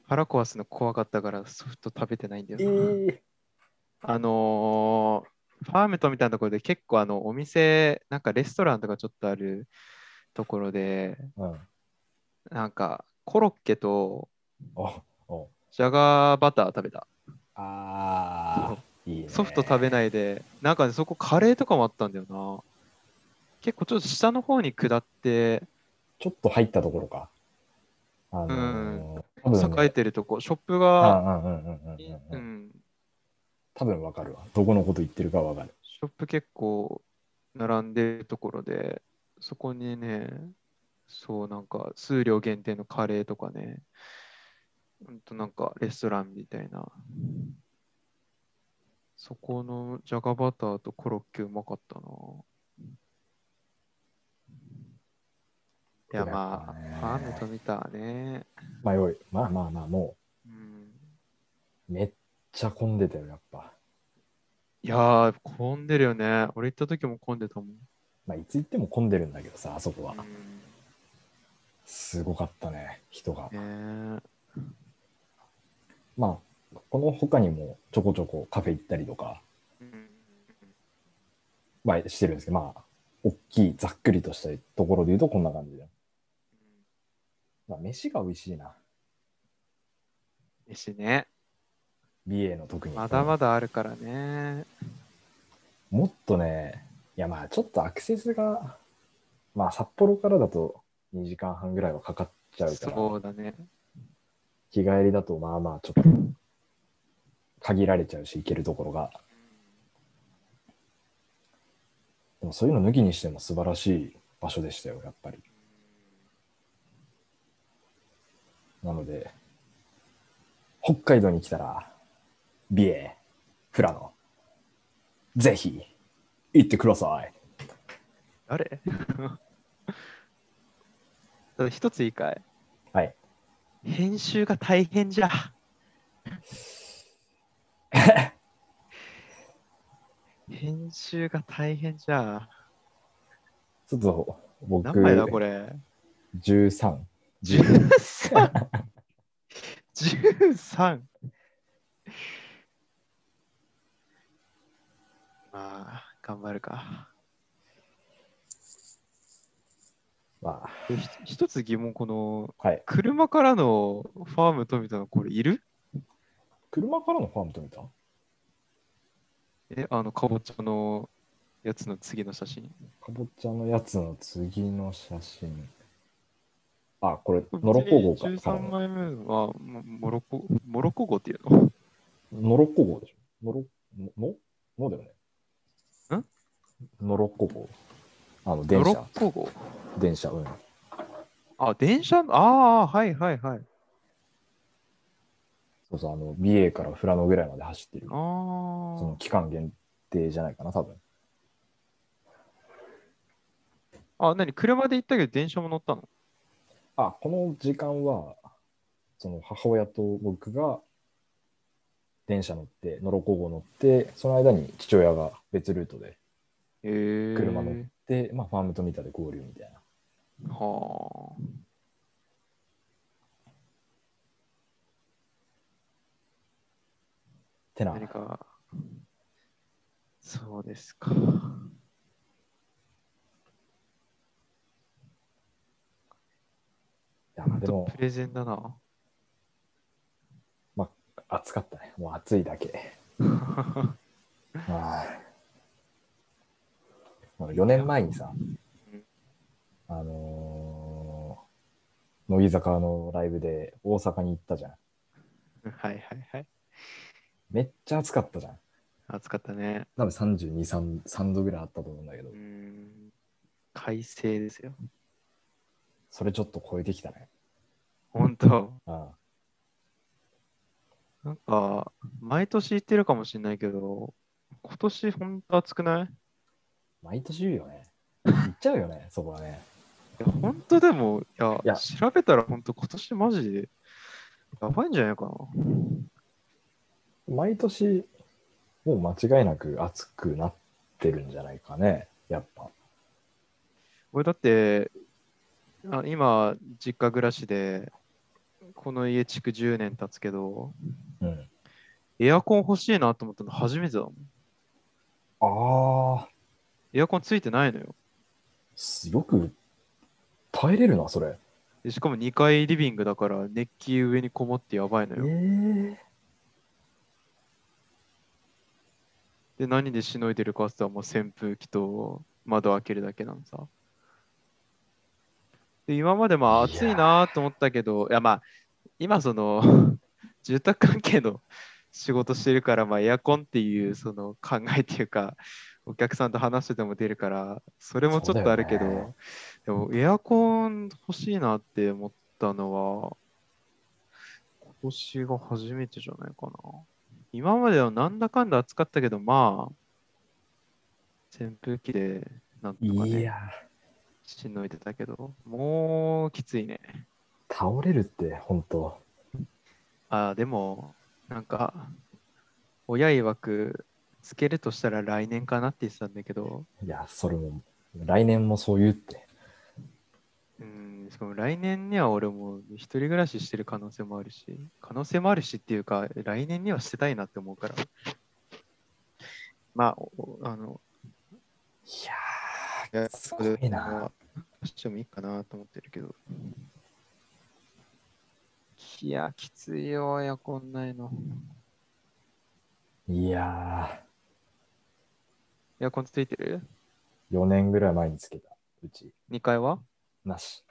[SPEAKER 2] 腹壊すの怖かったからソフト食べてないんだよ
[SPEAKER 1] え
[SPEAKER 2] な。あのーファームトみたいなところで結構あのお店、なんかレストランとかちょっとあるところで、
[SPEAKER 1] うん。
[SPEAKER 2] なんかコロッケと
[SPEAKER 1] おお
[SPEAKER 2] ジャガーバター食べた。
[SPEAKER 1] あー、いいね。
[SPEAKER 2] ソフト食べないで、なんかね、そこカレーとかもあったんだよな。結構ちょっと下の方に下って、
[SPEAKER 1] ちょっと入ったところか。あのー、多分ね
[SPEAKER 2] 栄えてるとこ、ショップ
[SPEAKER 1] う
[SPEAKER 2] が、
[SPEAKER 1] んうんうんうんうんう
[SPEAKER 2] うん
[SPEAKER 1] うん。
[SPEAKER 2] ん、
[SPEAKER 1] 多分わかるわ。どこのこと言ってるかわかる。
[SPEAKER 2] ショップ結構並んでるところで、そこにね、そうなんか数量限定のカレーとかね、ほんとなんかレストランみたいな。そこのジャガバターとコロッケうまかったな。いやま
[SPEAKER 1] ね
[SPEAKER 2] あ、ファームと見たね。
[SPEAKER 1] まあよい。まあまあまあ、も
[SPEAKER 2] うん、
[SPEAKER 1] う、めっちゃ混んでたよ、やっぱ。
[SPEAKER 2] いやー、混んでるよね。俺行った時も混んでたもん。
[SPEAKER 1] まあ、いつ行っても混んでるんだけどさ、あそこは。
[SPEAKER 2] うん
[SPEAKER 1] すごかったね、人が。
[SPEAKER 2] ね
[SPEAKER 1] まあ、この他にもちょこちょこカフェ行ったりとか、
[SPEAKER 2] えうん
[SPEAKER 1] まあ、してるんですけど、まあ、大きい、ざっくりとしたところで言うとこんな感じで。まあ、飯が美味しいな。
[SPEAKER 2] 飯ね。
[SPEAKER 1] 美瑛の特に。
[SPEAKER 2] まだまだあるからね。
[SPEAKER 1] もっとね、いやまあちょっとアクセスが、まあ札幌からだと2時間半ぐらいはかかっちゃうから、
[SPEAKER 2] そうだね。
[SPEAKER 1] 日帰りだとまあまあちょっと限られちゃうし、行けるところが。でもそういうの抜きにしても素晴らしい場所でしたよ、やっぱり。なので、北海道に来たら、美瑛、富良野、ぜひ行ってください。
[SPEAKER 2] 誰ただ一ついいかい
[SPEAKER 1] はい。
[SPEAKER 2] 編集が大 変じゃ。編集が大変じゃ。
[SPEAKER 1] ちょっと僕、
[SPEAKER 2] 何枚だこれ
[SPEAKER 1] 13。
[SPEAKER 2] ?13!13! まあ、頑張るか。
[SPEAKER 1] まあ、
[SPEAKER 2] でひ一つ疑問、この
[SPEAKER 1] はい。
[SPEAKER 2] 車からのファーム富田のこれいる
[SPEAKER 1] 車からのファームと見た
[SPEAKER 2] え、あの、かぼちゃのやつの次の写真。
[SPEAKER 1] かぼちゃのやつの次の写真。あ、これ、ノロッコ号か。
[SPEAKER 2] 13枚目はモモロッコ、モロッコ号っていうの
[SPEAKER 1] ノロッコ号でしょ。ノロ、ののだよね。ノロッコ号。あの、
[SPEAKER 2] モ
[SPEAKER 1] 電
[SPEAKER 2] ロ
[SPEAKER 1] 車。
[SPEAKER 2] ッコ号
[SPEAKER 1] 電車。うん。
[SPEAKER 2] あ、電車のああ、はいはいはい。
[SPEAKER 1] そうそう、あの、美瑛から富良野ぐらいまで走ってる。
[SPEAKER 2] あ
[SPEAKER 1] その
[SPEAKER 2] ー
[SPEAKER 1] 期間限定じゃないかな、多分。
[SPEAKER 2] あ、なに、車で行ったけど電車も乗ったの
[SPEAKER 1] あ、この時間は、その母親と僕が電車乗って、ノロコ号乗って、その間に父親が別ルートで
[SPEAKER 2] えー、
[SPEAKER 1] 車乗って、まあ、ファームと見たで合流みたいな。
[SPEAKER 2] はあ。
[SPEAKER 1] てな、
[SPEAKER 2] 何か、そうですか。
[SPEAKER 1] いやまあでも
[SPEAKER 2] プレゼンだな。
[SPEAKER 1] 暑かったね。もう暑いだけ。はい。4年前にさ
[SPEAKER 2] うん、
[SPEAKER 1] あのー乃木坂のライブで大阪に行ったじゃん。
[SPEAKER 2] はいはいはい。
[SPEAKER 1] めっちゃ暑かったじゃん。
[SPEAKER 2] 暑かったね。
[SPEAKER 1] 多分32、3, 3度ぐらいあったと思うんだけど
[SPEAKER 2] うー、ん。快晴ですよ。
[SPEAKER 1] それちょっと超えてきたね。
[SPEAKER 2] 本当
[SPEAKER 1] うん。
[SPEAKER 2] なんか、毎年行ってるかもしれないけど、今年本当暑くないい
[SPEAKER 1] 毎年言うよね。行っちゃうよね、そこはね。
[SPEAKER 2] や、本当でも、い
[SPEAKER 1] い
[SPEAKER 2] や、
[SPEAKER 1] や
[SPEAKER 2] 調べたら本当今年マジで、やばいんじゃないかな。
[SPEAKER 1] 毎年、もう間違いなく暑くなってるんじゃないかね、やっぱ。
[SPEAKER 2] 俺だって、あ今、実家暮らしで、この家築10年経つけど、
[SPEAKER 1] うん。
[SPEAKER 2] エアコン欲しいなと思ったの初めてだもん。
[SPEAKER 1] ああ、
[SPEAKER 2] エアコンついてないのよ。
[SPEAKER 1] すよく耐えれるな、それ。
[SPEAKER 2] でしかも2階リビングだから熱気上にこもってやばいの
[SPEAKER 1] ええ
[SPEAKER 2] よ。で、何でしのいでるかって言ったらもう扇風機と窓開けるだけなのさ。で、今までまあ
[SPEAKER 1] いや
[SPEAKER 2] 暑
[SPEAKER 1] ー
[SPEAKER 2] いなと思ったけど、いやまあ、今その 住宅関係の仕事してるから、まあエアコンっていうその考えっていうか、お客さんと話してても出るから、それもちょっとあるけど、
[SPEAKER 1] そうだよね
[SPEAKER 2] でもエアコン欲しいなって思ったのは、今年が初めてじゃないかな。今まではなんだかんだ暑かったけど、まあ、扇風機でなんとか
[SPEAKER 1] い
[SPEAKER 2] ね、
[SPEAKER 1] や
[SPEAKER 2] しのいでたけど、もうきついね。
[SPEAKER 1] ー、倒れるって、本当
[SPEAKER 2] ああ、でも、なんか、親曰く、つけるとしたら来年かなって言ってたんだけど、
[SPEAKER 1] いや、それも、来年もそう言うって。
[SPEAKER 2] うん、しかも来年には俺も一人暮らししてる可能性もあるし、可能性もあるしっていうか、来年にはしてたいなって思うから。まあ、おあの、
[SPEAKER 1] いやー、すごいな。。
[SPEAKER 2] してもいいかなと思ってるけど。いや、きついよ、エアコンないの。
[SPEAKER 1] いや
[SPEAKER 2] エアコンついてる
[SPEAKER 1] ー、4年ぐらい前につけた、うち、
[SPEAKER 2] ?2 階は
[SPEAKER 1] なし。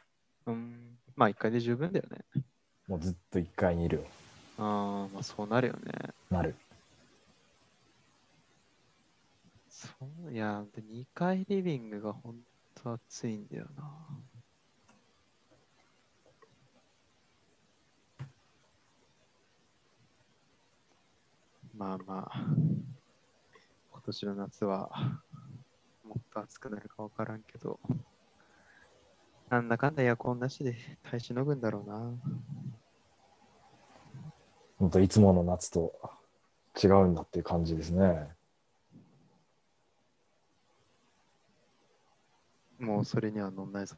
[SPEAKER 2] うん。まあ、1階で十分だよね。
[SPEAKER 1] もうずっと1階にいるよ。
[SPEAKER 2] ああ、まあ、そうなるよね。
[SPEAKER 1] なる。
[SPEAKER 2] そういや、で2階リビングが本当暑いんだよな。まあまあ、今年の夏はもっと暑くなるか分からんけど、なんだかんだエアコンなしで耐えしのぐんだろうな。
[SPEAKER 1] 本当いつもの夏と違うんだっていう感じですね。
[SPEAKER 2] もうそれには乗んないぞ。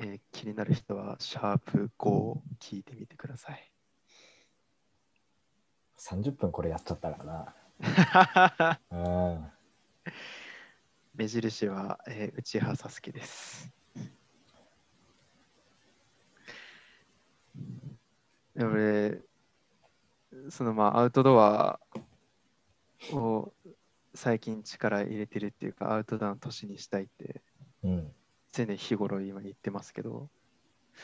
[SPEAKER 2] えー気になる人は、シャープ5を聞いてみてください。
[SPEAKER 1] 30分これやっちゃったから な。うん。
[SPEAKER 2] 目印は、えー、内葉さすきです。で俺、そのまあアウトドアを最近力入れてるっていうか、アウトドアの年にしたいって、
[SPEAKER 1] うん。
[SPEAKER 2] 常日頃今言ってますけど、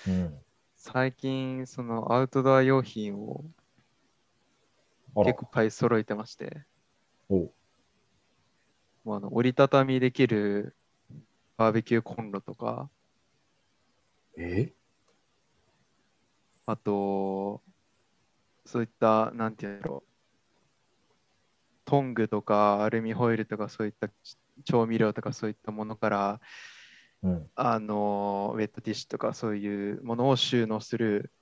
[SPEAKER 1] うん。
[SPEAKER 2] 最近そのアウトドア用品を
[SPEAKER 1] あ
[SPEAKER 2] 結
[SPEAKER 1] ら
[SPEAKER 2] 構いっぱい揃えてまして
[SPEAKER 1] おう
[SPEAKER 2] もうあの折りたたみできるバーベキューコンロとか
[SPEAKER 1] え
[SPEAKER 2] あとそういったなんていうんだろうトングとかアルミホイルとかそういった調味料とかそういったものから
[SPEAKER 1] うん。
[SPEAKER 2] あのウェットティッシュとかそういうものを収納する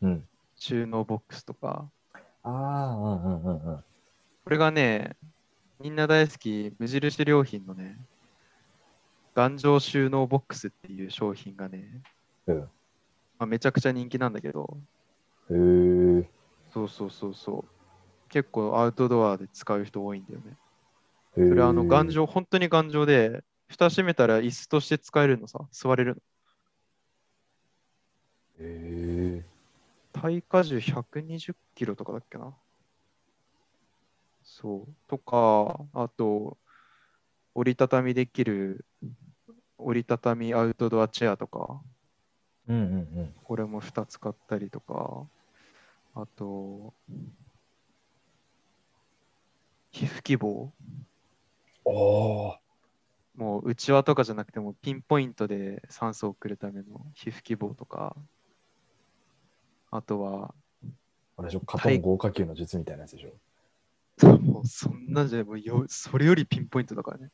[SPEAKER 1] うん。
[SPEAKER 2] 収納ボックスとか
[SPEAKER 1] ああ、うんうんうんうん。
[SPEAKER 2] これがね、みんな大好き、無印良品のね、頑丈収納ボックスっていう商品がね、
[SPEAKER 1] うん
[SPEAKER 2] まあ、めちゃくちゃ人気なんだけど、
[SPEAKER 1] へー
[SPEAKER 2] そうそうそうそう。結構アウトドアで使う人多いんだよね。
[SPEAKER 1] へー
[SPEAKER 2] それはあの頑丈、本当に頑丈で、蓋閉めたら椅子として使えるのさ、座れるの。
[SPEAKER 1] へー
[SPEAKER 2] 耐荷重120キロとかだっけな。そう。とか、あと、折りたたみできる折りたたみアウトドアチェアとか、
[SPEAKER 1] うんうんうん。
[SPEAKER 2] これも2つ買ったりとか、あと、皮膚希望
[SPEAKER 1] おー
[SPEAKER 2] もう内輪とかじゃなくてもピンポイントで酸素を送るための皮膚希望とか、あとは、
[SPEAKER 1] あれでしょ、加藤豪華球の術みたいなやつでしょ。
[SPEAKER 2] もうそんなんじゃないもうよ、それよりピンポイントだからね。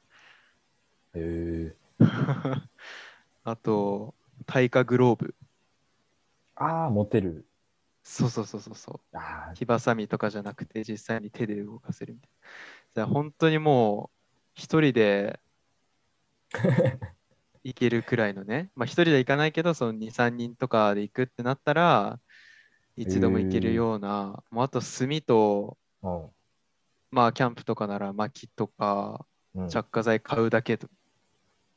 [SPEAKER 1] へー
[SPEAKER 2] あと、耐火グローブ。
[SPEAKER 1] ああ、モテる。
[SPEAKER 2] そうそうそうそうそ
[SPEAKER 1] あ
[SPEAKER 2] う。火ばさみとかじゃなくて、実際に手で動かせるみたいな。じゃあ本当にもう、一人 で
[SPEAKER 1] あ。
[SPEAKER 2] 行けるくらいのね。まあ一人では行かないけど、その2、3人とかで行くってなったら、一度も行けるような、もうあと炭と
[SPEAKER 1] うん。
[SPEAKER 2] まあ、キャンプとかなら薪とか
[SPEAKER 1] うん、
[SPEAKER 2] 着火剤買うだけと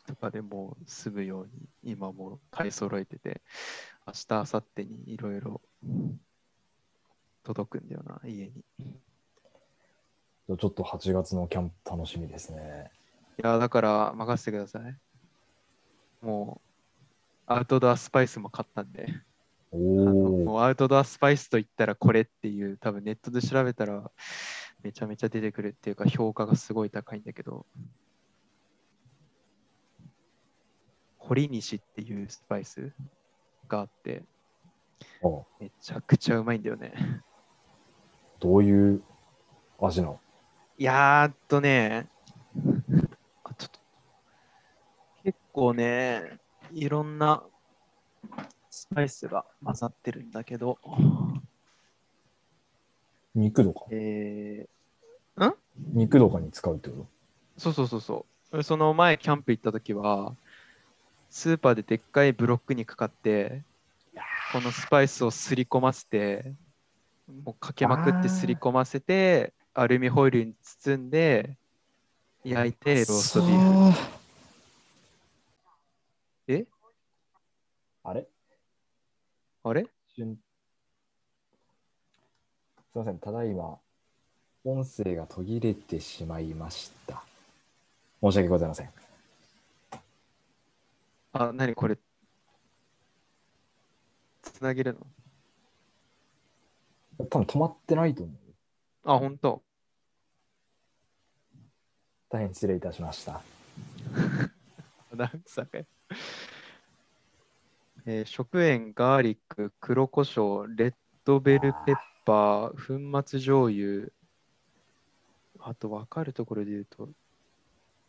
[SPEAKER 2] とかでもう済むように今もう買い揃えてて明日明後日にいろいろ届くんだよな家にい
[SPEAKER 1] ちょっと8月のキャンプ楽しみですね。
[SPEAKER 2] やだから任せてくださいもうアウトドアスパイスも買ったんで
[SPEAKER 1] お
[SPEAKER 2] あの
[SPEAKER 1] お、
[SPEAKER 2] もうアウトドアスパイスと言ったらこれっていう多分ネットで調べたらめちゃめちゃ出てくるっていうか評価がすごい高いんだけど堀西っていうスパイスがあって
[SPEAKER 1] あ
[SPEAKER 2] めちゃくちゃうまいんだよね
[SPEAKER 1] どういう味なの
[SPEAKER 2] いやーっとねあちょっと結構ねいろんなスパイスが混ざってるんだけど
[SPEAKER 1] 肉とか
[SPEAKER 2] えー、
[SPEAKER 1] 肉とかに使うってこ
[SPEAKER 2] そうそうそうそう。その前、キャンプ行った時は、スーパーででっかいブロックにかかって、このスパイスをすり込ませて、もうかけまくってすり込ませて、アルミホイルに包んで、焼いてローストビーフ。
[SPEAKER 1] ーフ。
[SPEAKER 2] え
[SPEAKER 1] あれ
[SPEAKER 2] あれ
[SPEAKER 1] しゅんすいません、ただいま、音声が途切れてしまいました。申し訳ございません。
[SPEAKER 2] あ、なにこれつなげるの
[SPEAKER 1] 多分止まってないと思う。
[SPEAKER 2] あ、ほんと。
[SPEAKER 1] 大変失礼いたしました。
[SPEAKER 2] アナウンサーかよ。 えー食塩、ガーリック、黒胡椒、レッドベルペッパー、粉末醤油、あと分かるところで言うと、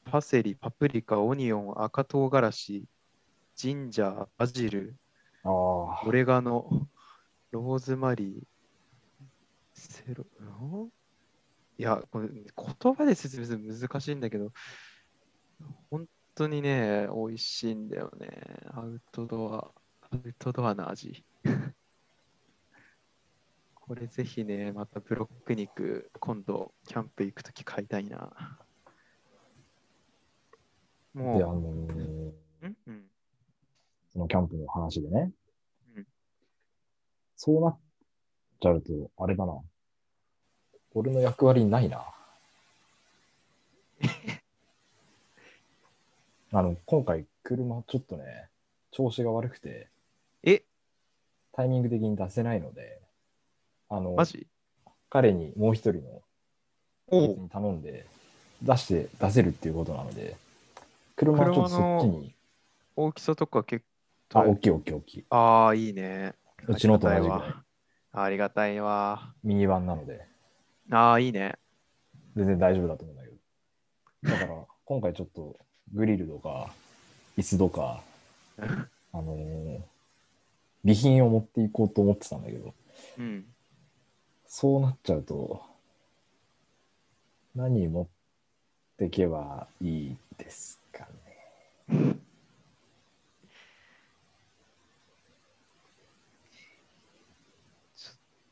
[SPEAKER 2] パセリ、パプリカ、オニオン、赤唐辛子、ジンジャー、バジル、
[SPEAKER 1] ああ
[SPEAKER 2] オ、レガノ、ローズマリー、セロ、んいや、これ言葉で説明するの難しいんだけど、本当にね、美味しいんだよね。アウトドア、アウトドアな味。 これぜひね、またブロック肉、今度キャンプ行くとき買いたいな。
[SPEAKER 1] で、あ
[SPEAKER 2] も
[SPEAKER 1] のー
[SPEAKER 2] う、んうん。
[SPEAKER 1] そのキャンプの話でね。
[SPEAKER 2] うん
[SPEAKER 1] そうなっちゃうと、あれだな。俺の役割ない な。あの、今回、車ちょっとね、調子が悪くて、
[SPEAKER 2] え、
[SPEAKER 1] タイミング的に出せないので、あの
[SPEAKER 2] マ、ジ
[SPEAKER 1] 彼にもう一人の
[SPEAKER 2] お
[SPEAKER 1] 別に頼んで、出して、出せるっていうことなので、車ちょっとそっちに、
[SPEAKER 2] 大きさとか結
[SPEAKER 1] あ、
[SPEAKER 2] 構。
[SPEAKER 1] 大きい大きい大きい。
[SPEAKER 2] ああ、いいね。
[SPEAKER 1] うちのと同じ
[SPEAKER 2] あり
[SPEAKER 1] ぐ
[SPEAKER 2] が
[SPEAKER 1] ら
[SPEAKER 2] たい
[SPEAKER 1] い、
[SPEAKER 2] わありがたいわ。
[SPEAKER 1] ミニバンなので。
[SPEAKER 2] ああ、いいね。
[SPEAKER 1] 全然大丈夫だと思うんだけど。だから、今回ちょっと、グリルとか、椅子とか、あのー備品を持っていこうと思ってたんだけど、
[SPEAKER 2] うん。
[SPEAKER 1] そうなっちゃうと、何持ってけばいいですかね。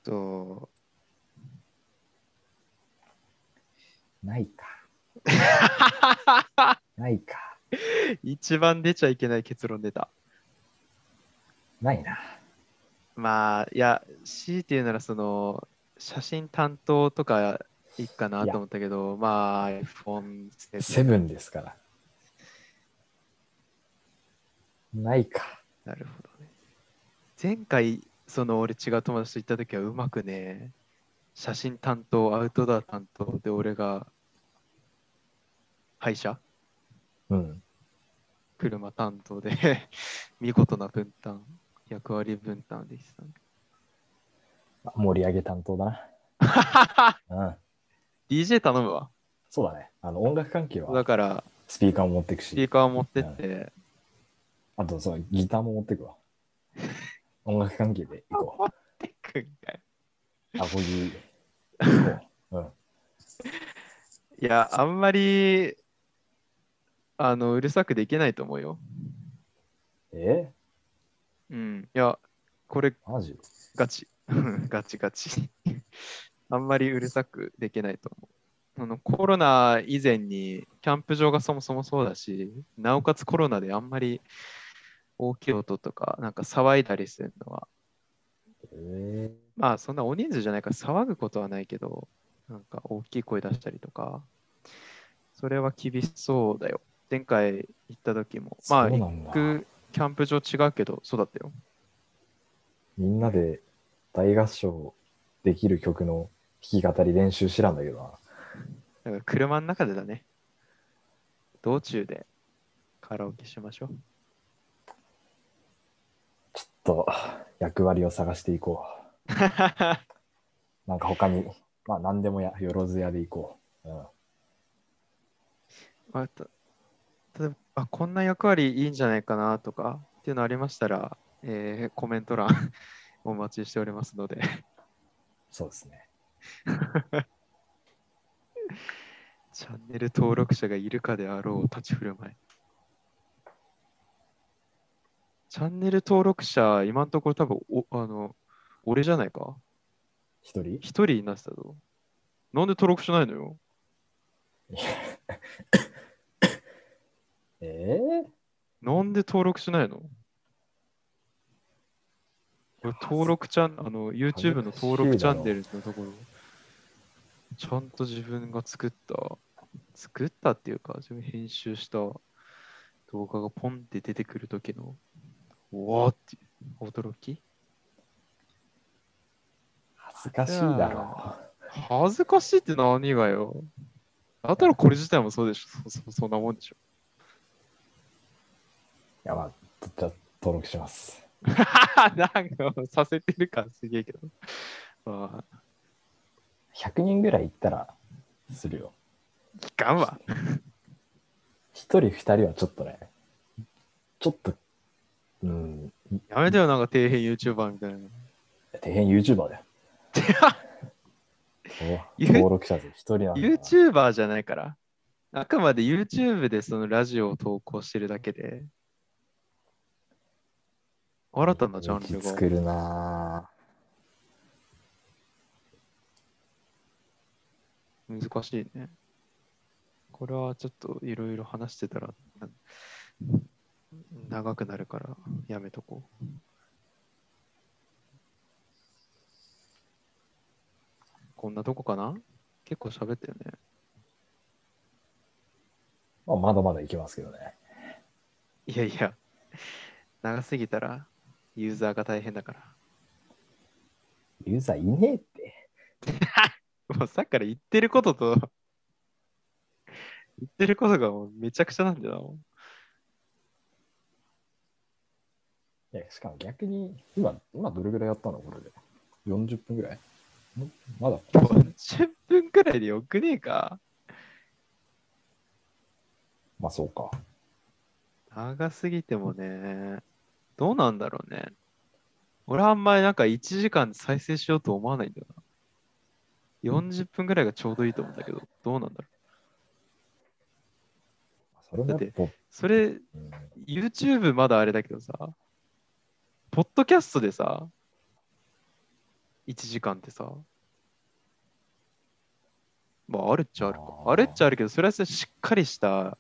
[SPEAKER 2] と、
[SPEAKER 1] ない か。ないか。
[SPEAKER 2] 一番出ちゃいけない結論出た。
[SPEAKER 1] ないな。
[SPEAKER 2] まあ、いや、強いて言うなら、その、写真担当とかいいかない
[SPEAKER 1] や
[SPEAKER 2] と思ったけど、まあ、iPhone です
[SPEAKER 1] セ
[SPEAKER 2] ね
[SPEAKER 1] ブンですから。ないか。
[SPEAKER 2] なるほどね。前回、その、俺違う友達と行った時は、うまくね、写真担当、アウトドア担当で、俺が、歯医者
[SPEAKER 1] うん。
[SPEAKER 2] 車担当で 見事な分担役割分担できてたね
[SPEAKER 1] あ盛り上げ担当だ な。うん。
[SPEAKER 2] DJ 頼むわ
[SPEAKER 1] そうだね。あの音楽関係
[SPEAKER 2] だ
[SPEAKER 1] は
[SPEAKER 2] から
[SPEAKER 1] スピーカーも持ってく
[SPEAKER 2] スピー
[SPEAKER 1] し、
[SPEAKER 2] カーを持って って
[SPEAKER 1] あとそうギターも持ってく わ。音楽関係で行こ。
[SPEAKER 2] テックみたいう
[SPEAKER 1] アコギ行こう。うん。
[SPEAKER 2] いやあんまりあのうるさくできないと思うよ
[SPEAKER 1] え
[SPEAKER 2] うんいやこれ
[SPEAKER 1] マジ
[SPEAKER 2] ガチガチガチあんまりうるさくできないと思うあのコロナ以前にキャンプ場がそもそもそうだし、なおかつコロナであんまり大きい音とか、なんか騒いだりするのは、
[SPEAKER 1] え
[SPEAKER 2] まあそんな大人数じゃないから騒ぐことはないけど、なんか大きい声出したりとか、それは厳しそうだよ。前回行った時も、まあ
[SPEAKER 1] そうな
[SPEAKER 2] 行
[SPEAKER 1] んだ
[SPEAKER 2] くキャンプ場違うけど、そうだったよ。
[SPEAKER 1] みんなで大合唱できる曲の弾き語り練習してたんだけどな。
[SPEAKER 2] だから車の中でだね。道中でカラオケし ましょう。
[SPEAKER 1] ちょっと役割を探していこう。なんか他に、まあ何でもや、よろずやでいこう。うん、
[SPEAKER 2] まあ、た例えばあこんな役割いいんじゃないかなとかっていうのありましたら、えーコメント欄 お待ちしておりますので
[SPEAKER 1] そうですね。
[SPEAKER 2] チャンネル登録者がいるかであろう立ち振る舞いチャンネル登録者今のところ多分おあの俺じゃないか
[SPEAKER 1] 一人
[SPEAKER 2] 一人になってたぞなんで登録しないのよ
[SPEAKER 1] ええ
[SPEAKER 2] なんで登録しないの俺登録チャン、あの、YouTube の登録チャンネルのところ、ちゃんと自分が作った、作ったっていうか、自分編集した動画がポンって出てくる時の、うわーっていう驚き
[SPEAKER 1] 恥ずかしいだろ
[SPEAKER 2] 恥ずかしいって何がよ。だったらこれ自体もそうでしょ。そそそんなもんでしょ。
[SPEAKER 1] う。いや、まあ、じゃあ登録します。
[SPEAKER 2] なんかさせてる感すげえけど。まあ、
[SPEAKER 1] 100人ぐらいいったらするよ。
[SPEAKER 2] いかんわ。
[SPEAKER 1] 一人二人はちょっとね、ちょっと、うん、
[SPEAKER 2] やめてよ、なんか底辺 YouTuber みたいな。
[SPEAKER 1] 底辺 YouTuber だよ。お
[SPEAKER 2] You-
[SPEAKER 1] 登録者数一人なんだな
[SPEAKER 2] YouTuber じゃないから。あくまで YouTube でそのラジオを投稿してるだけで。新たなジャンル
[SPEAKER 1] 道
[SPEAKER 2] が。
[SPEAKER 1] 作るなぁ
[SPEAKER 2] 難しいね。これはちょっといろいろ話してたらな長くなるからやめとこう。こんなとこかな結構喋ったよね。
[SPEAKER 1] まあ、まだまだいけますけどね。
[SPEAKER 2] いやいや、長すぎたらユーザーが大変だから。
[SPEAKER 1] ユーザーいねえって。
[SPEAKER 2] もうさっきから言ってることと、言ってることがもうめちゃくちゃなんだよ
[SPEAKER 1] いや、しかも逆に、今、今どれぐらいやったのこれで。40分ぐらいんまだ。
[SPEAKER 2] な。40分くらいでよくねえか。
[SPEAKER 1] まあ、そうか。
[SPEAKER 2] 長すぎてもね、どうなんだろうね。俺はあんまりなんか1時間で再生しようと思わないんだよな。40分くらいがちょうどいいと思うんだけど、どうなんだろう。
[SPEAKER 1] それもやっぱ
[SPEAKER 2] だっそれ、
[SPEAKER 1] うん、
[SPEAKER 2] YouTube まだあれだけどさ、ポッドキャストでさ、1時間ってさ、まああるっちゃあるか。
[SPEAKER 1] あー
[SPEAKER 2] あるっちゃあるけど、それはさしっかりした、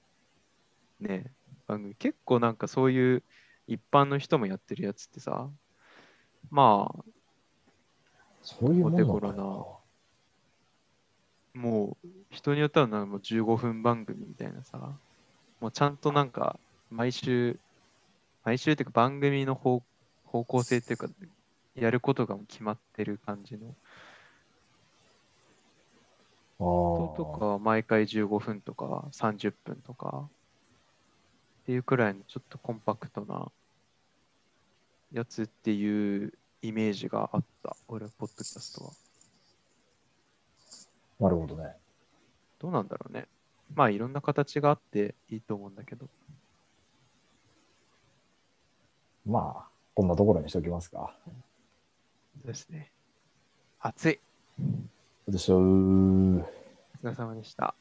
[SPEAKER 2] ね、番組。結構なんかそういう一般の人もやってるやつってさ、まあ、
[SPEAKER 1] そういうもんなの
[SPEAKER 2] お手頃もう人によってはなんかもう15分番組みたいなさ、もうちゃんとなんか毎週、毎週っていうか番組の方方向性っていうか、やることがもう決まってる感じの人と
[SPEAKER 1] ああ。
[SPEAKER 2] か、毎回15分とか30分とかっていうくらいのちょっとコンパクトなやつっていうイメージがあった、俺、ポッドキャストは。
[SPEAKER 1] なるほどね。
[SPEAKER 2] どうなんだろうね。まあいろんな形があっていいと思うんだけど。
[SPEAKER 1] まあ、こんなところにしておきますか。
[SPEAKER 2] そうですね。暑い。
[SPEAKER 1] でしょう。
[SPEAKER 2] お疲れ様でした。